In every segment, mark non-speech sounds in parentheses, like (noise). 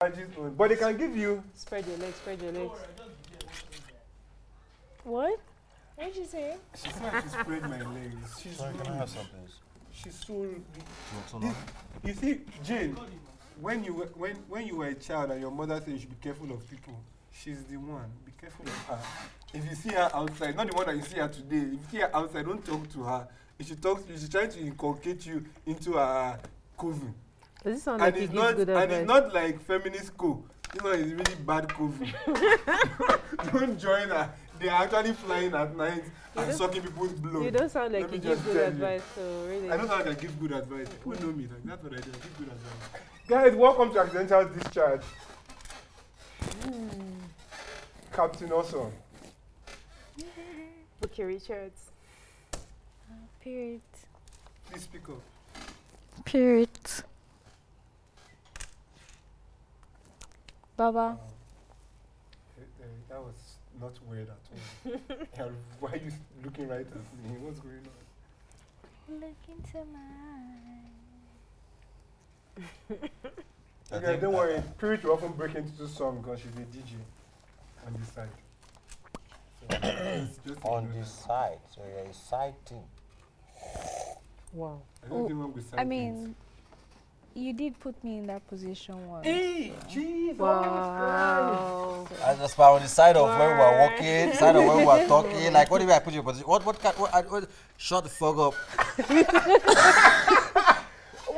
country's own. But they can give you. Spread your legs, spread your legs. What? What did you say? She said she spread my legs. She's Sorry, can I rude. have something? She's so. rude. Not so This, long. you see, Jane, when you were, when when you were a child and your mother said you should be careful of people, she's the one. Be careful of her. If you see her outside, not the one that you see her today. If you see her outside, don't talk to her. If she talks, if she tries to inculcate you into her coven. Does this sound and like you it's give not good and it's advice? not like feminist co this one is really bad (laughs) covid (laughs) don't join her they are actually flying at night and don't- sucking people's You blood don't sound Let like me you give just good tell you. advice, so really. i don't know how to give good advice people know me like that's what i do i give good advice guys welcome to accidental discharge Hmm. captain awesome Okay, Richards. Period. please speak up Period. Baba. Uh, uh, that was not weird at (laughs) all. Uh, Why are you looking right at me? What's going on? Look into my I Okay, think don't I- worry. Spirit will often break into song because she's a DJ on this side. So, just- (coughs) just On ignore this that. side, so you're a side team. Wow. There's nothing wrong with I side things. mean, you did put me in that position once. hey, Jesus Oh, Christ. Wow. I just found Ah, on the side of when we were walking, side of when we were talking. Like, what do you mean I put you in position? What, what, can, what, I- what, shut the fuck (laughs) up.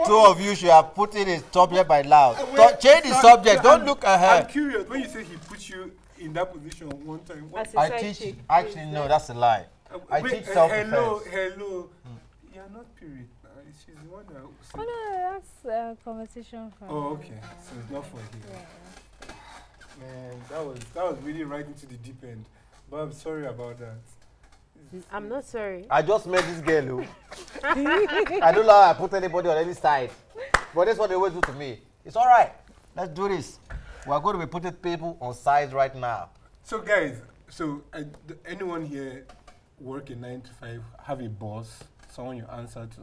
Two of you should have put in a subject by now. Uh, Ta- wait, change the sorry, subject. no, Don't I'm- look at I'm her. curious. When you say he put you in that position one time, what, As a I side teach. chick, Actually, please, no, like- that's a lie. uh, I wait, teach uh, self-defense. Hello, hello. You're not period. Uh, she's the one that. Oh no, said- no, that's a conversation from. Oh, okay. So it's not for him. Yeah. Man, that was that was really right into the deep end. But I'm sorry about that. I'm not sorry. I just met this girl. oh. I don't know how I put anybody on any side. But that's what they always do to me. It's all right. Let's do this. We are going to be putting people on sides right now. So guys, so uh, d- anyone here work a nine to five, have a boss, someone you answer to?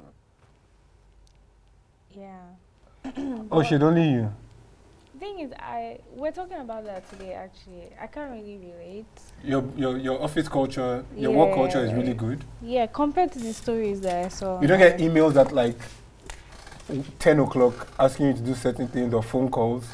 Yeah. Oh shit, only you. Thing is, I we're talking about that today. Actually, I can't really relate. Your your your office culture, your work culture is Yeah. really good. Yeah, compared to the stories that I saw. You don't get emails at like ten o'clock asking you to do certain things or phone calls.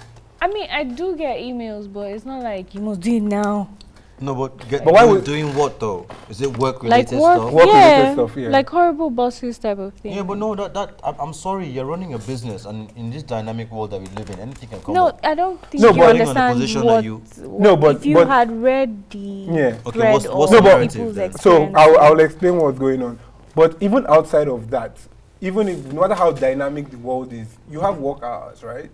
I mean, I do get emails, but it's not like you must do it now. No, but, get, But why would- doing what though? Is it work Like related work, stuff? Work-related yeah, stuff, yeah. like horrible bosses type of thing. Yeah, but no, that, that I'm, I'm sorry. You're running a business, and in this dynamic world that we live in, anything can come No, up. I don't think No, you but- Depending on the understand position that what, you- what- No, but- if you but- had read the Yeah. Okay, thread what's- what's or the narrative people's then? So experience. I'll, I'll explain what's going on. But even outside of that, even if no matter how dynamic the world is, you have work hours, right?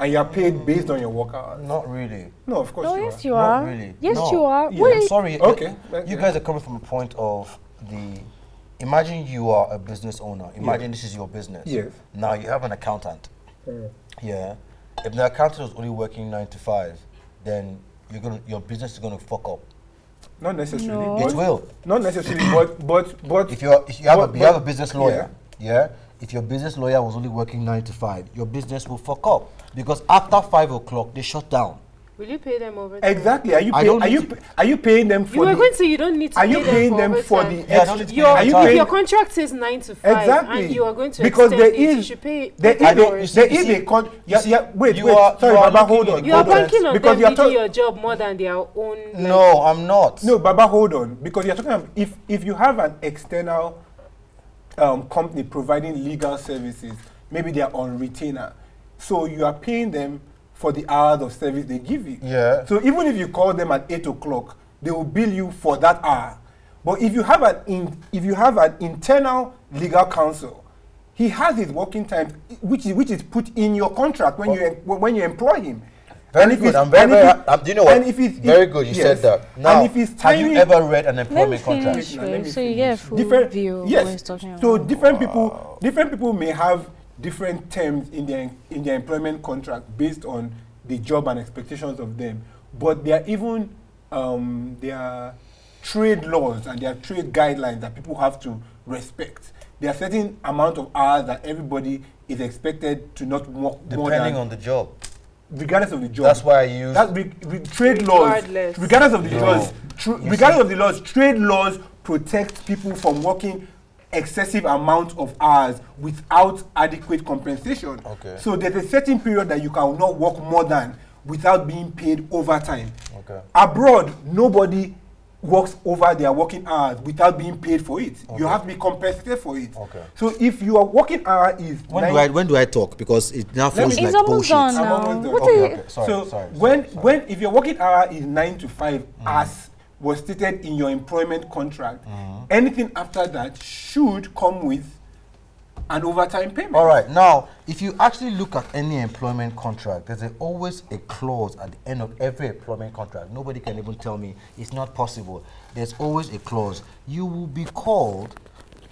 And you're paid based on your work hours. Not really. No, of course no, you are. yes, you Not are. really. Yes, No. you are. Yeah. What I'm is- sorry. Okay, uh, okay. You guys are coming from a point of the. Imagine you are a business owner. Imagine this is your business. Yes. Now you have an accountant. Mm. Yeah. If the accountant is only working nine to five, then you're gonna your business is gonna fuck up. Not necessarily. No. It But, will. not necessarily, but but but If you're if you have, But- a, you have a but- business lawyer, yeah. If your business lawyer was only working nine to five, your business will fuck up because after five o'clock they shut down. Will you pay them over? exactly. Are you I pay, don't are need you to- pay, are you paying them You for were the, going to say you don't need to are pay you them paying for them for overtime. the Yeah, I don't extra? need to pay Your, them are you if paying- your contract says nine to five Exactly. and you are going to Because extend there it, you is- should pay. There I is, don't- a, you there see- is you a con- yeah, see- yeah, wait, you wait, are- sorry, you are Baba, looking hold at- on. you are hold on. banking on because them you're to do talk- your job more than their own. like- No, I'm not. No, Baba, hold on. Because you're talking about if, if you have an external um, company providing legal services, maybe they are on retainer. So you are paying them for the hours of service they give you. Yeah. So even if you call them at eight o'clock, they will bill you for that hour. But if you have an in, if you have an internal legal counsel, he has his working time, i- which is, which is put in your contract when you em- when you employ him. Very And if good. it's- I'm very, and if very. it's- ha- um, do you know what? and if it's- very if- good. You yes. said that. Now, and if it's have timing, you ever read an Let me employment contract? finish, Wait, now, let right, me so you get a full different view of yes what he's talking so about. different people different people may have different terms in their in their employment contract based on the job and expectations of them but there are even um, there are trade laws and there are trade guidelines that people have to respect there are certain amount of hours that everybody is expected to not work more Depending than on the job. regardless of the job. That's why I use. That's be, be trade laws. Regardless. Regardless of the No. laws, tr- You regardless of the laws, trade laws protect people from working excessive amount of hours without adequate compensation. Okay. So there's a certain period that you cannot work more than without being paid overtime. Okay. Abroad, nobody works over their working hours without being paid for it. You have to be compensated for it. Okay. So if your working hour is When nine- do I when do I talk? Because it now Let feels me- It's like almost bullshit. done I'm now. almost done. What Okay, are you? okay. Sorry, so sorry, when sorry, Mm. sorry. when if your working hour is nine to five as was stated in your employment contract, Mm. anything after that should come with an overtime payment. All right. Now, if you actually look at any employment contract, there's a, always a clause at the end of every employment contract. Nobody can even tell me it's not possible. There's always a clause. You will be called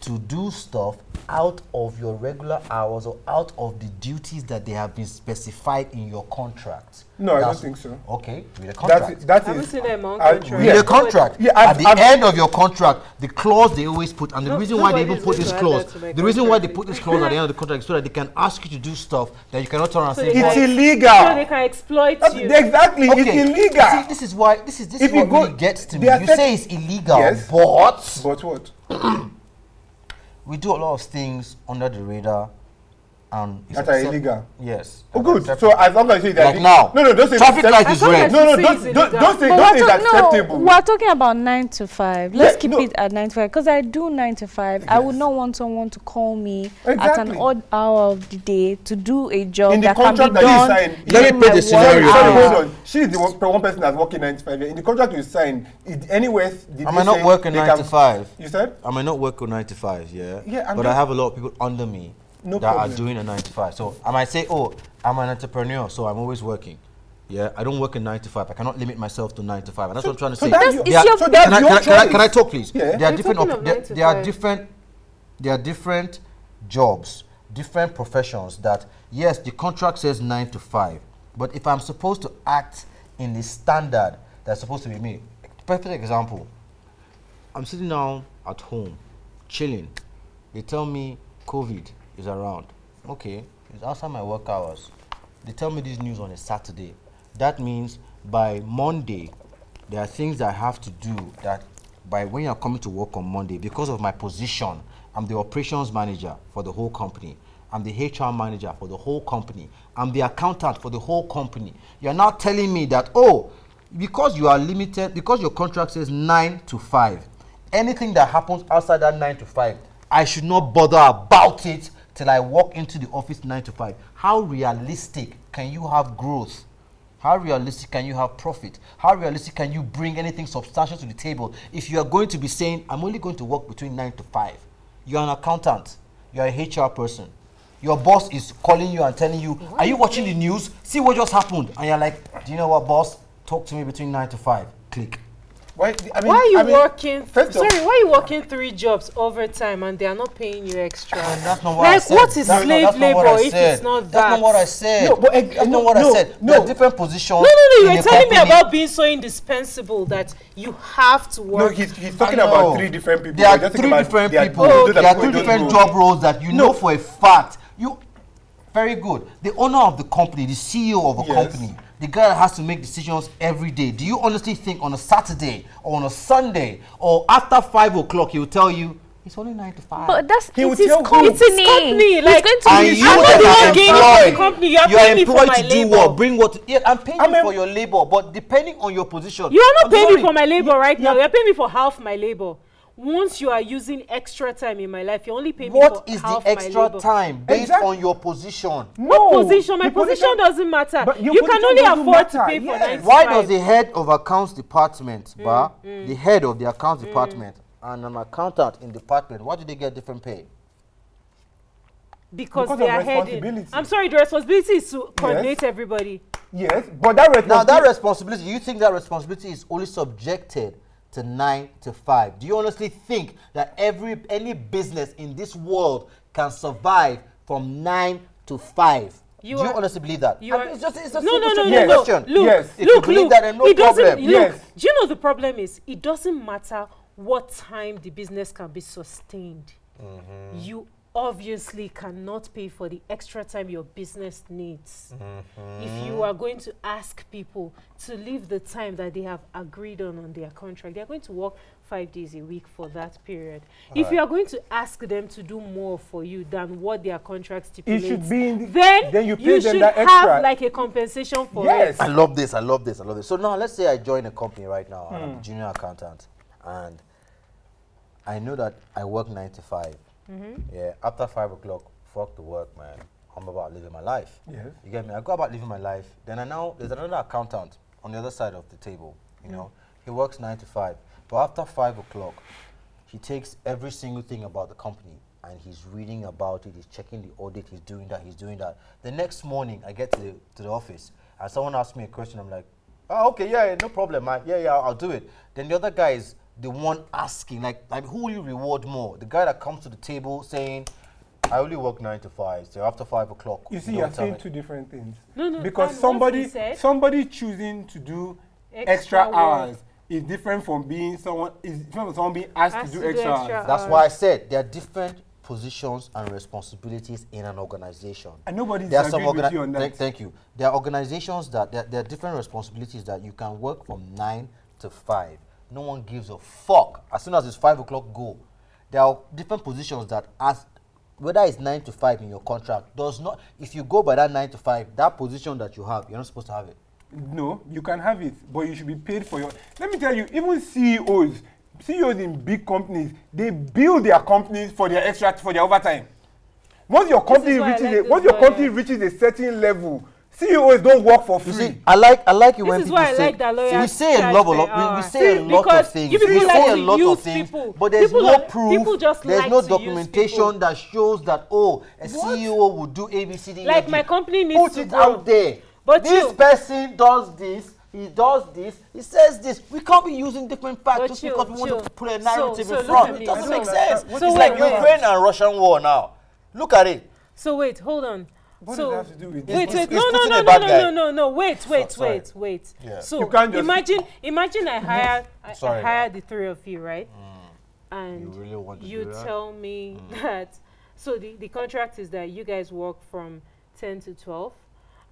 to do stuff out of your regular hours or out of the duties that they have been specified in your contract. No, I don't think so. Okay, read a That's contract. it- that I haven't is. seen that among I- contracts. Read yeah. a contract. Yeah, at I've- the I've- end of your contract, the clause they always put, and the No- reason why they nobody even is put going this to add clause, that to my the reason why they contract. put this clause at the end of the contract is so that they can ask you to do stuff that you cannot turn around So and they say, It's like- So they illegal. can exploit That's- you. exactly. "Well, It's okay." See, illegal. this is why this is this If is you what go- really gets to me. they are You set- say it's illegal, Yes. but But what? we do a lot of things under the radar, and it's That are accept- illegal. Yes. Oh, and good. acceptable. So as long as you say that Like now. No, no, don't say traffic accept- light As is long red. as No, no, See, don't, it's don't, illegal. don't say But don't say we're, it's talk- acceptable. no, we're talking about nine to five. Let's Yeah, keep no. it at nine to five because I do nine to five. I would Yes. not want someone to call me at an Exactly. odd hour of the day to do a job In the that can be contract that you done. signed, Let me in put my the work Sorry, scenario. hours. sorry, Yeah. hold on. She's the one, one person that's working 95 years. In the contract you signed, it, anywhere. Did I they might not say work a they nine to can- five. You said? I might not work a nine to five, yeah. Yeah, I'm but I not- have a lot of people under me No that are problem. doing a nine to five. So I might say, oh, I'm an entrepreneur, so I'm always working. Yeah, I don't work a nine to five. I cannot limit myself to nine to five. And that's what I'm trying to so say. that's your- There are- it's your- So that's can, I, your can, I, can, I, choice. can I talk, please? Yeah. There are We're different. talking op- of there, nine to there are five. different. There are different jobs, different professions. That yes, the contract says nine to five, but if I'm supposed to act in the standard that's supposed to be me, perfect example. I'm sitting down at home, chilling. They tell me COVID is around. Okay, it's outside my work hours. They tell me this news on a Saturday. That means by Monday, there are things I have to do that by when you're coming to work on Monday, because of my position, I'm the operations manager for the whole company. I'm the HR manager for the whole company. I'm the accountant for the whole company. You're now telling me that, oh, because you are limited because your contract says nine to five anything that happens outside that nine to five i should not bother about it till i walk into the office nine to five how realistic can you have growth how realistic can you have profit how realistic can you bring anything substantial to the table if you are going to be saying i'm only going to work between nine to five you're an accountant you're a hr person your boss is calling you and telling you are you watching the news see what just happened and you're like do you know what boss talk to me between nine to five click Why, I mean, why are you I mean, working? first sorry, of- why are you working three jobs overtime and they are not paying you extra? And that's not what I Like, said. what is That's slave not- that's not what labor I if said. it's not That's not that? eh, what I said. No, but ex- that's no, not what I no, said. no. There are different positions. No, no, no. in You're a telling me company. about being so indispensable that you have to No, work. he's, he's I talking about know. three different people. There We're are just three talking about different there are people. those that There are we three don't different know. job roles that you No. know for a fact. You very good. The owner of the company, the CEO of a Yes. company, the guy that has to make decisions every day. Do you honestly think on a Saturday or on a Sunday or after five o'clock he will tell you it's only nine to five? But that's He will it's his tell company. who? It's his company, He's like- going to and be- you I'm not the one that getting are paid for employed, the company. You are you are paying me for employed my to do labor. what? Bring what? Yeah, I'm paying I'm you em- for your labor, but depending on your position. You are not I'm paying me sorry. for my labor right now. yeah. You're paying me for half my labor. Once you are using extra time in my life, you're only paying What me for is the half my extra labor. time based Exactly. on your position? What No, position? My your position, doesn't matter. But You your can position only doesn't afford to matter, pay for yes. 95. Why does the head of accounts department, Hmm, bar, the head of the accounts department, and an accountant in department, why do they get different pay? Because, Because they of are heading. responsibility. I'm sorry, the responsibility is to coordinate everybody. Yes, but that responsibility. Now that responsibility, you think that responsibility is only subjected to nine to five? Do you honestly think that every any business in this world can survive from nine to five? You Do you are- honestly believe that? You I- are, it's just it's a no, simple no, no, simple Yes. no, no. question. Look, Yes. If you look, believe look. that, then no it doesn't. problem. Look, Yes. do you know the problem is? Mm. It doesn't matter what time the business can be sustained. You obviously cannot pay for the extra time your business needs. Mm-hmm. If you are going to ask people to leave the time that they have agreed on on their contract, they are going to work five days a week for that period. if you are going to ask them to do more for you than what their contract It stipulates, should be in the, then, then you pay them should that extra. have like a compensation for Yes. it. I love this. I love this. I love this. So now, let's say I join a company right now. and I'm a junior accountant, and I know that I work nine to 5 Yeah, after five o'clock, fuck the work, man. I'm about living my life. Yes. You get me? I go about living my life. Then I now there's another accountant on the other side of the table. You know, Mm. he works nine to five, but after five o'clock, he takes every single thing about the company and he's reading about it. He's checking the audit. He's doing that. He's doing that. The next morning, I get to the, to the office and someone asks me a question. I'm like, Oh, okay, yeah, yeah, no problem, man. Yeah, yeah, I'll, I'll do it. Then the other guy is the one asking, like, like, who will you reward more? The guy that comes to the table saying, I only work nine to five, so after five o'clock. You see, don't you're tell saying me." two different things. No, no, because and what he somebody said- somebody choosing to do extra, Extra work. hours is different from being someone is different from someone being asked to Asked do to do extra, extra hours. That's hours. why I said there are different positions and responsibilities in an organization. And nobody's There are some agreed with organi- you on that. Thank, thank you. There are organizations that there, there are different responsibilities that you can work from nine to five. No one gives a fuck. As soon as it's five o'clock, go. There are different positions that ask whether it's nine to five in your contract does not. If you go by that nine to five, that position that you have, you're not supposed to have it. No, you can have it, but you should be paid for your. Let me tell you, even E CEOs, CEOs E in big companies, they build their companies for their extra for their overtime. Once your company why I reaches like a, this once your lawyer. company reaches a certain level, CEOs don't work for You free. see, I like I like it when is people why I say like that lawyers we say a charge lot, a per lot we, hour. we say a See, lot of because things, you we people say like a to lot of use things, people. but there's People no like- proof, people just there's like no to use people. documentation that shows that oh, a CEO will do A B C D. E, Like F, G. my company needs put to it grow. out there. But this you- person does this. He does this. He says this. We can't be using different facts But just you- because we want you- to put a so- narrative so in look front. at It it. doesn't So- make sense. what it's is that like about? Ukraine and Russian war now. Look at it. So wait, hold on. What so does it have to do with this? wait, It's- wait, it's no, no, putting no, a no, bad no, guy. no, no, no, wait, wait, sorry. wait, wait. Yeah. So You can't just- Mm-hmm. imagine, imagine I hire, I, I Sorry. hire the three of you, right? Mm. And You really want to you do that? tell me Mm. that. So the the contract is that you guys work from ten to twelve,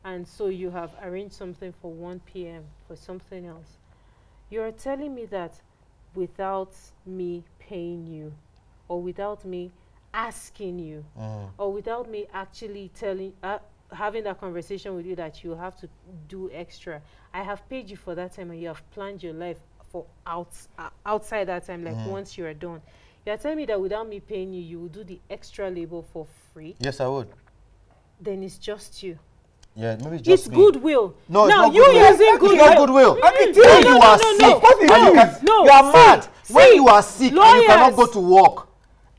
and so you have arranged something for one p.m. for something else. You are telling me that without me paying you, or without me asking you or without me actually telling uh, having that conversation with you that you have to do extra i have paid you for that time and you have planned your life for out, uh, outside that time like once you are done you are telling me that without me paying you you will do the extra labor for free Yes, I would. then it's just you Yeah, maybe just it's me. goodwill No, it's now not you goodwill. using It's not goodwill. Mm, When no, you no, are no, sick, no, Of course it when is. you, can- No, you are see, mad. when see, you are sick and you cannot go lawyers- to work,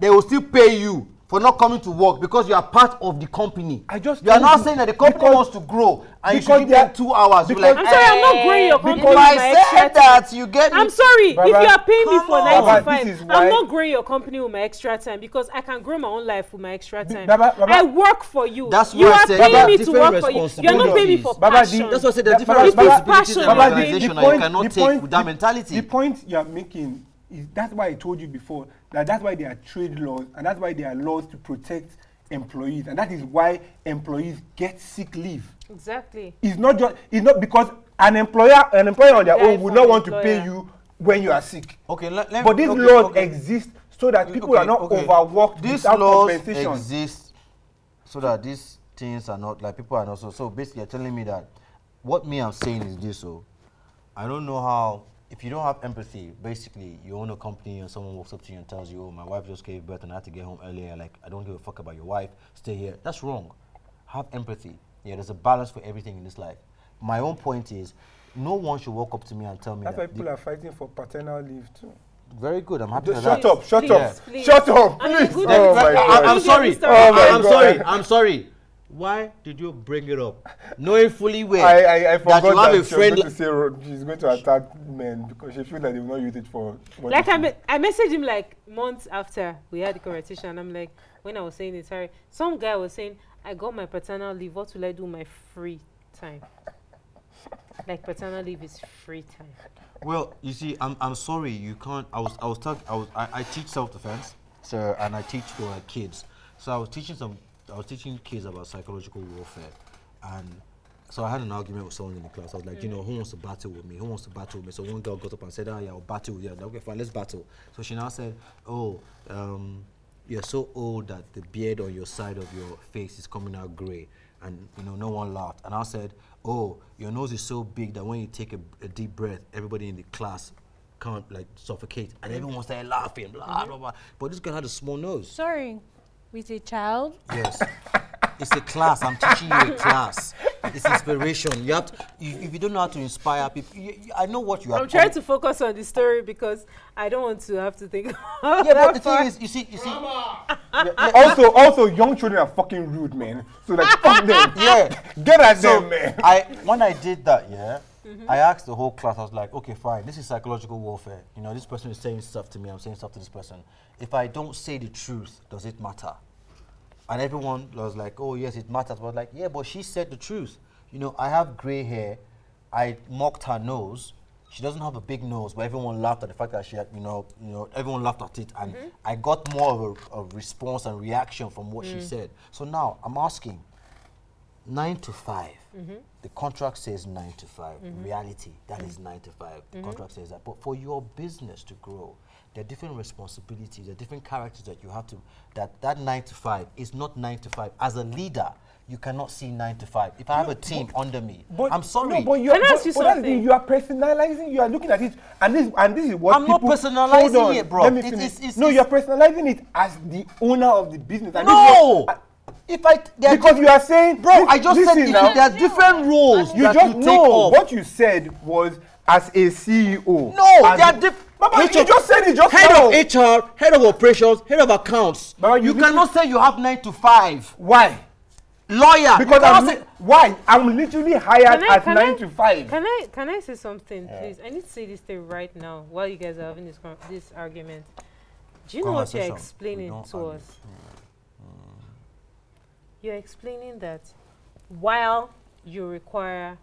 they will still pay you for not coming to work because you are part of the company. I just you are told now you, saying that the company because- wants to grow and you because should give they are- them two hours. You're because- like, i'm sorry i'm not growing your "Eh, company if with my I said extra time." that, you get I'm me. sorry. Baba, if you are paying me come for on. nine Baba, to this is five, why- I'm not growing your company with my extra time because I can grow my own life with my extra time. Baba, Baba- I work for you. That's you why I are said paying there are me to different work for you. You're not paying me for responsibilities. Baba, passion. the- That's why I said there That- are different Baba, Baba, responsibilities in Baba, an the- the organization and you cannot take with that mentality. The point you are making is that's why I told you before that that's why there are trade laws and that's why there are laws to protect employees and that is why employees get sick leave. Exactly. It's not just it's not because an employer an employer on their Die own would for not the want to pay employer. you when you are sick. Okay, let, let But these okay, laws okay. exist so that people Okay, are not okay. overworked These without laws compensation. exist so that these things are not like people are not so. So basically, you're telling me that what me I'm saying is this. So I don't know how. If you don't have empathy, basically you own a company and someone walks up to you and tells you, "Oh, my wife just gave birth and I had to get home earlier. Like I don't give a fuck about your wife. Stay here." That's wrong. Have empathy. Yeah, there's a balance for everything in this life. My own point is, no one should walk up to me and tell me That's why that. people are fighting for paternal leave too. Very good. I'm happy. Shut for that. up, shut Please, up, please. shut up, And you're please. good at Oh it. my I- god. I, am Don't sorry. get me started. Oh my I'm God. sorry. I'm sorry. Why did you bring it up? Knowing fully well I, I, I forgot that you have a she was friend. going to say ro- she's going to attack men because she feels that they will not use it for. what Like it I, is. me- I messaged him like months after we had the conversation, and I'm like, when I was saying it, sorry, some guy was saying, I got my paternal leave. What will I do with my free time? Like paternal leave is free time. well, you see, I'm, I'm sorry. You can't. I was I was talking. I was I, I teach self defense, so and I teach for uh, kids. So I was teaching some, I was teaching kids about psychological warfare, and so I had an argument with someone in the class. I was like, you know, who wants to battle with me? Who wants to battle with me? So one girl got up and said, oh yeah, I'll battle with you. I was like, okay, fine, let's battle. So she now said, oh, um, you're so old that the beard on your side of your face is coming out gray. And, you know, no one laughed. And I said, oh, your nose is so big that when you take a, a deep breath, everybody in the class can't, like, suffocate. And everyone started laughing, blah, blah, blah. But this girl had a small nose. Sorry, with a child. Yes. It's a class. I'm teaching you a class. It's inspiration. You have to, if, if you don't know how to inspire people, you, you, I know what you are. I'm trying to focus on the story because I don't want to have to think. (laughs) about Yeah, that but the part. thing is, you see, you see, also, also, young children are fucking rude, man. So like, fuck them. (laughs) yeah. Get at So them, man. (laughs) I when I did that, yeah, I asked the whole class. I was like, okay, fine. This is psychological warfare. You know, this person is saying stuff to me. I'm saying stuff to this person. If I don't say the truth, does it matter? And everyone was like, oh yes, it matters. But like, yeah, but she said the truth. You know, I have gray hair. I mocked her nose. She doesn't have a big nose, but everyone laughed at the fact that she had, you know, you know, everyone laughed at it, and I got more of a, a response and reaction from what she said. So now I'm asking, nine to 5 Mm-hmm. The contract says nine to 5 Reality, that is Mm-hmm. nine to five. The contract says that. But for your business to grow, there are different responsibilities, there are different characters that you have to. That that nine to five is not nine to five. As a leader, you cannot see nine to five. If I have a team under me, I'm sorry. No, but you Can I but- ask you but that's the thing, something? You are personalizing. You are looking at it, and this and this is what I'm not people- personalizing Hold on, it, bro. Let me It finish. is- it's- no, it's- you are personalizing it as the owner of the business. And this is no, what- if I there are because you are saying, Bro, I just said listen if now, there are different roles you that just you take know off. what you said was as a CEO. No, as they are a- different. Baba, you just said it just head now. of HR, head of operations, head of accounts. Baba, you you literally- cannot say you have nine to five. Why? Lawyer. Because you cannot I'm say, li- why I'm literally hired Can I- at can nine I- to five. Can I can I say something, please? I need to say this thing right now while you guys are having this con- this argument. Do you know what you're Conversation. We explaining don't to argue. us? You're explaining that while you require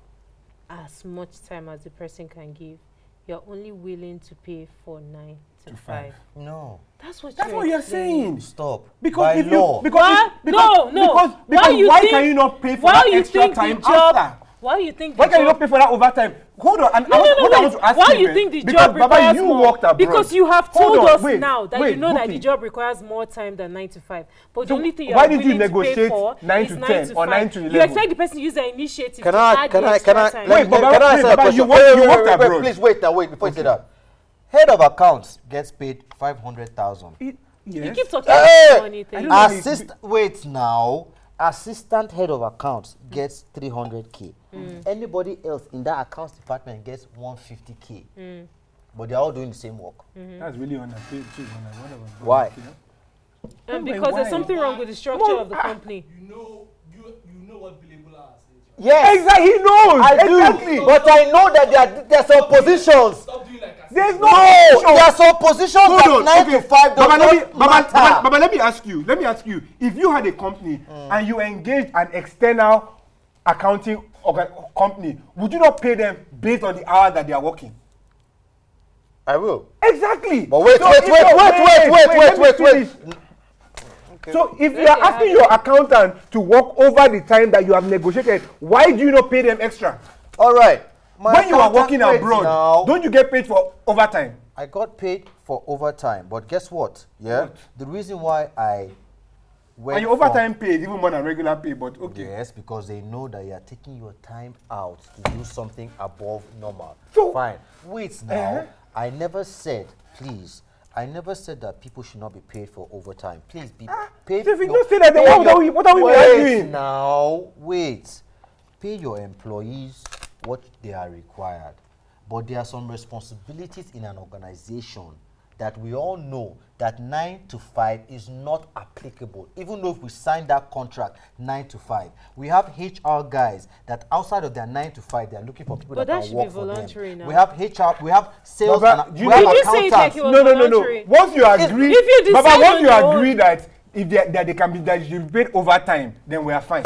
as much time as the person can give, you're only willing to pay for nine to, To five. five. no. That's what That's you're what you're explaining. saying. Stop. Because By if law. you because, Huh? if, because no, no. because, Why because you why think- can you not pay for Why that you extra think time the job? after? Why you think? Why the can you not job- pay for that overtime? Hold on, and No, I no, want, no, what I want wait. to ask Why you, you man, think the because job Baba, requires you more? worked abroad. Because you have Hold told on, us wait, now that wait, you know that the Buki. job requires more time than nine to five. But So the only thing you why are did you willing to pay negotiate for nine is to nine 10 to or five. nine to You 11? expect the person to use their initiative. Can to I, add can the I, extra can I, time. let me- Wait, can, Baba, I wait, say a Baba, question? you work- you worked wait, abroad. please wait, now, wait, before you say that. Head of accounts gets paid 500,000. It- You yes. keep talking Hey! about money I thing. don't know. Assist, wait now. Assistant head of accounts gets 300k. Mm. Anybody else in that accounts department gets 150k. Mm. But they're all doing the same work. That's really unpaid too. Man. Like, whatever. Why? Um, Wait, because why? Ah. there's something wrong with the structure of the company. You know, you you know what billable hours is. right? Yes, Exactly. He knows. I exactly. do. Oh. But I know that there are, there are some positions. Stop doing like I said. There's no. No, there are some positions that Hold on. 9 okay. to 5 does Baba, let not me, Baba, matter. Baba, Baba, let me ask you. Let me ask you. If you had a company Hmm. and you engaged an external accounting organ- company, would you not pay them based on the hour that they are working? I will. Exactly. But wait, So wait, if wait, you're- wait, wait, wait, let me wait, wait, finish. So if you are they asking have your accountant to work over the time that you have negotiated, why do you not pay them extra? All right. My when you are accountant- working wait abroad, now. don't you get paid for overtime? I got paid for overtime, but guess what? Yeah, What? the reason why I went And your overtime pay is even more than regular pay, but from, okay. yes, because they know that you are taking your time out to do something above normal. So- fine. Wait now. Uh-huh. I never said, please. I never said that people should not be paid for overtime. Please be paid. Ah, so if you your- don't say that, then pay what are your- we- what are we wait arguing? Now, wait. Pay your employees what they are required, but there are some responsibilities in an organization that we all know that nine to five is not applicable. Even though if we sign that contract nine to five, we have HR guys that outside of their nine to five, they are looking for people But that that, can should be work for voluntary them. now. We have HR, we have sales, Baba, and, do you we have know- Did you say it like accountants. you No, no, no, no. voluntary. Once you agree, if you Baba, decide once on you your own- agree that if they, that they can be that you should be paid overtime, then we are fine.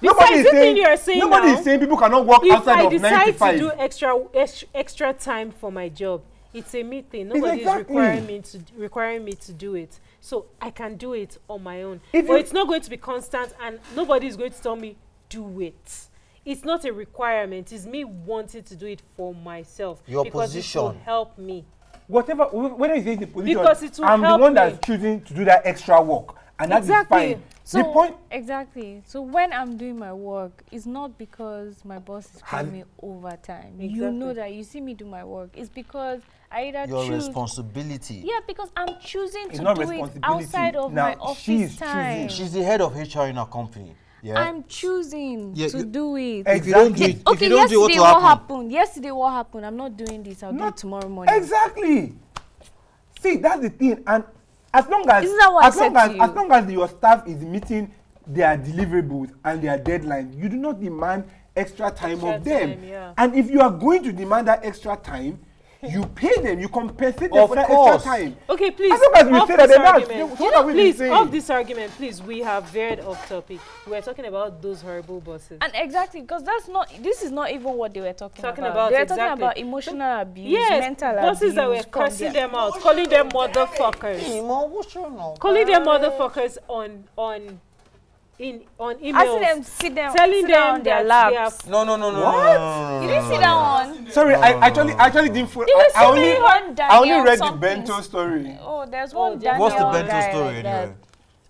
Besides, the thing you are saying nobody now, is saying people cannot work If outside I of nine to decide five. to do extra ex- extra time for my job, it's a me thing. Nobody is exactly. requiring me to requiring me to do it. So I can do it on my own. If but you- it's not going to be constant and nobody is going to tell me, do it. It's not a requirement. It's me wanting to do it for myself. Your because It will position. help me. whatever wh- whether it's in the position Because it will i'm the help one me. that's choosing to do that extra work and that is Exactly. fine So the point exactly. So when I'm doing my work, it's not because my boss is Have- paying me overtime. You know Exactly. that you see me do my work. It's because I either Your choose. responsibility. Yeah, because I'm choosing It's to not do it responsibility. outside of Now, my office she is choosing. time. She's the head of HR in our company. Yeah. I'm choosing Yeah, to you- do it. Ex- if you don't do Exactly. it, if okay, you don't do it, what yesterday will what happen? happened? Yesterday what happened? I'm not doing this. I'll do it tomorrow morning. exactly see that's the thing and as long as Isn't that what I as long said as to as you? long as your staff is meeting their deliverables and their deadlines you do not demand extra time of Extra them time, yeah. and if you are going to demand that extra time (laughs) you pay them you compensate them Of for that course. extra time Okay, please. long as we off say that, this then that's- argument. so what are we please, saying? off this argument, please. We have veered off topic. We're talking about those horrible bosses. And exactly because that's not. This is not even what they were talking, Talking about, about. They were talking exactly. about emotional abuse, yes, mental bosses abuse. that were con- cursing their- them out, calling them motherfuckers, calling them uh, motherfuckers on on in on Asking them emails, to sit down, telling sit down them on their that they are laps. f- No, no, no, no. What? No, no, no, You no, didn't no, see no, that no. one. sorry i actually I actually didn't follow Did you I, see I only the one I only Daniel read something? the bento story Oh, there's one Daniel Daniel What's the Yeah, Bento guy story like that. anyway?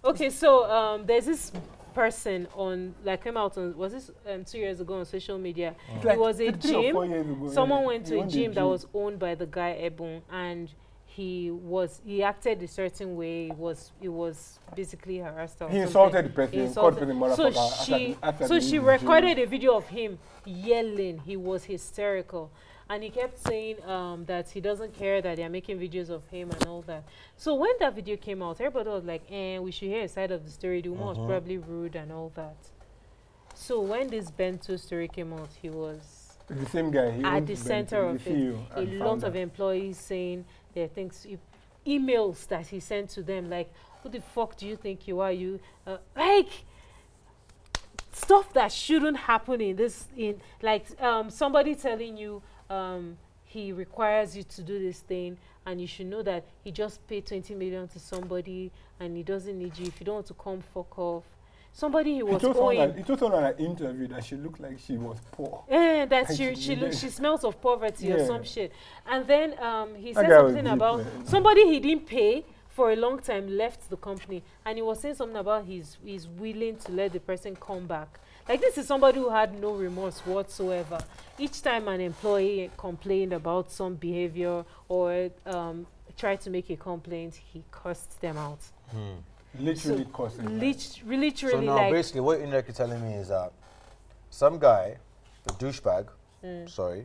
Okay, so um, there's this person on like came out on was this um, two years ago on social media. It's It like was a three or gym. four years ago, Someone yeah. went He to a owned gym that was owned by the guy Ebon, and he was he acted a certain way. He was he was basically harassed her. or He something. insulted the person, He called the person so motherfucker after she the- after so the she gym. recorded a video of him yelling. He was hysterical. And he kept saying um, that he doesn't care that they're making videos of him and all that. So when that video came out, everybody was like, "Eh, we should hear a side of the story. The woman Uh-huh. was probably rude and all that." So when this Bento story came out, he was the same guy he at owned the bento, center the of it. CEO A and lot founder. of employees saying their things, e- emails that he sent to them, like, "Who the fuck do you think you are? You uh, like." Stuff that shouldn't happen in this, in like um, somebody telling you um, he requires you to do this thing, and you should know that he just paid 20 million to somebody and he doesn't need you. If you don't want to come, fuck off. Somebody he He was told, someone owing that, he told someone at an interview that she looked like she was poor. Eh, that And she she she look, didn't. she smells of poverty Yeah. or some shit. And then um, he That said guy was something deep, about man. somebody he didn't pay for a long time left the company, and he was saying something about he's he's willing to let the person come back. Like this is somebody who had no remorse whatsoever. Each time an employee complained about some behavior or um, tried to make a complaint, he cursed them out. Literally So, cursing. her. Lit- literally, So now, like basically, what you're telling me is that some guy, a douchebag, sorry,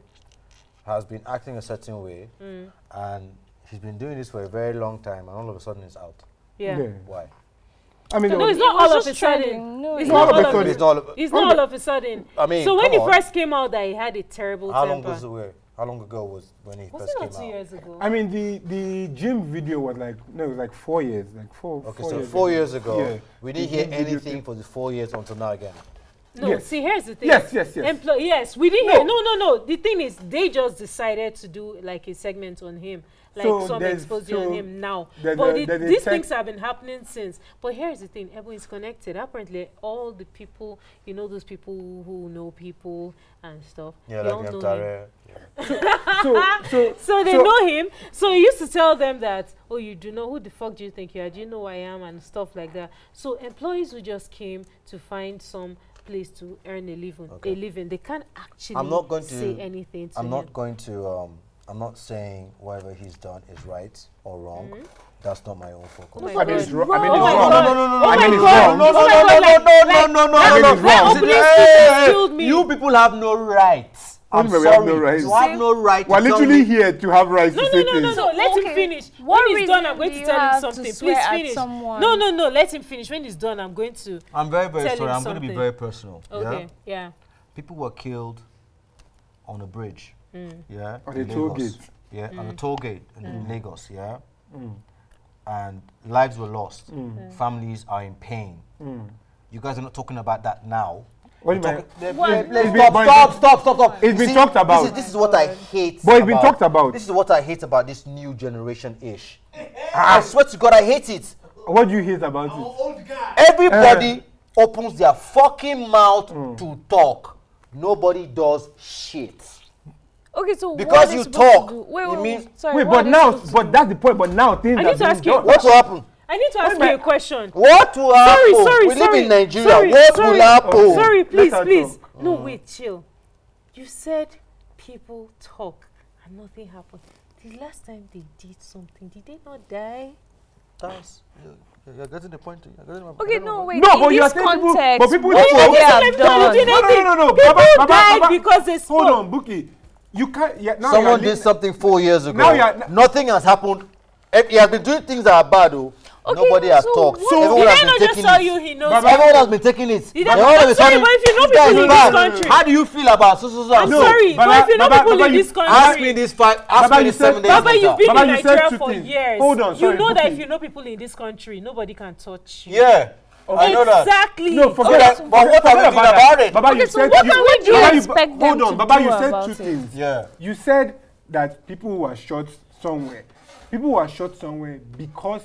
has been acting a certain way, and he's been doing this for a very long time, and all of a sudden it's out. yeah. Why? I mean, No, there was- it's not It was all of just a sudden. trending. No, it's it not wasn't. all of a It's It's not all of- It's not all of a sudden. I mean, so when come he on. first came out, that he had a terrible How long temper. was away? How long ago was when he was first it came not two out? years ago? I mean, the the gym video was like no, it was like four years, like four. Okay, four so years four ago. years ago, Yeah. we didn't The hear gym video anything thing. for the four years until now again. no. yes. See, here's the thing. Yes, yes, yes. Employ- yes, we didn't No. hear. No, no, no. The thing is, they just decided to do like a segment on him, like So some there's- exposure so on him now. there's But a- it- there's a these tech- things have been happening since. But here's the thing: everyone is connected. Apparently, all the people, you know, those people who know people and stuff, Yeah, they all like them know him. Tare. So, (laughs) so, So they So- know him. So he used to tell them that, oh, you do know who the fuck do you think you are? Do you know who I am and stuff like that. So employees who just came to find some place to earn a living, Okay. a living, they can't actually I'm not going to. say anything to I'm him. not going to. Um, I'm not saying whatever he's done is right or wrong. That's not my own focus. Oh my I mean, God. it's wrong. I mean, Mm-hmm. Oh it's my wrong. God. I mean, it's wrong. no, no, no, no, no, no, no, no, I no, mean, no, it's no. wrong. See, Openly hey, speaking, hey, killed me. You people have no right. I'm Anyway, sorry. we have no right. You have no right. We're to tell literally me- here to have rights No, to no, say no, no, things. no. Let him Okay. finish. What when he's done, reason I'm going do to you tell him have to something. swear Please at finish. someone? No, no, no. Let him finish. When he's done, I'm going to. I'm very, very Tell sorry. him I'm going to be something. very personal. Okay. Yeah. Yeah. People were killed on a bridge. Yeah. On in a toll Lagos. gate. Mm. Yeah. On a toll gate in Lagos. Yeah. And lives were lost. Families are in pain. Mm. You guys are not talking about that now. What You're am I- talking- let- What? let- let's It's Stop, been- stop, stop, stop, stop. It's been See, talked about. This is, this is what I hate. But it's been talked about. Ah. This is what I hate about this new generation ish. I swear to God, I hate it. what do you hate about I'm an it. old guy. Eh. Everybody opens their fucking mouth Hmm. to talk. Nobody does shit. Okay, so what Because are they you supposed to talk, do? Wait, it wait, means- wait, sorry, wait what but are they now supposed to but that's the point but now things I are need to being ask you a done. What will happen? I need to ask you a question. What will Sorry, happen? sorry, we live sorry. in Nigeria. Sorry, what sorry. Oh, will happen? Sorry, Let please, her Mm. please. No, wait, chill. You said people talk and nothing happened. The last time they did something, did they not die? Thanks. You're, you're getting the point. You're getting my do? Okay, no, wait. No, in but you are this saying people- but context, people "Oh, what talk. would they Sometimes have people don't done? do no no no no no People baba baba died baba because they spoke. hold on Buki you can't yeah, now you are Someone li- did something four years ago. Now you are- Nothing has happened. If He has been doing things that are bad, though. Okay, Nobody has so talked. what- So Everyone Did has I been not just taking tell it. you he knows? But everyone has been taking it. You And don't- all of I'm sorry, a sudden, but if you know this guy people is in this bad. country- How do you feel about so, so, so, I'm and so? sorry, Baba- but if you know Baba- people Baba, in you- this Ask country, me this five. Ask Baba, me you this seven said- days Baba, later. you've been Baba, in you said Nigeria two for things. years. Hold on, you sorry, know that Buki. if you know people in this country, nobody can touch you. Yeah, I know that. Exactly. No, forget Okay, forget- but what forget are we doing about it? Baba, you so said what you, can we do? Baba, you, Expect them hold on, to Baba, do you said about two it? things. Yeah. You said that people who are shot somewhere, people who are shot somewhere because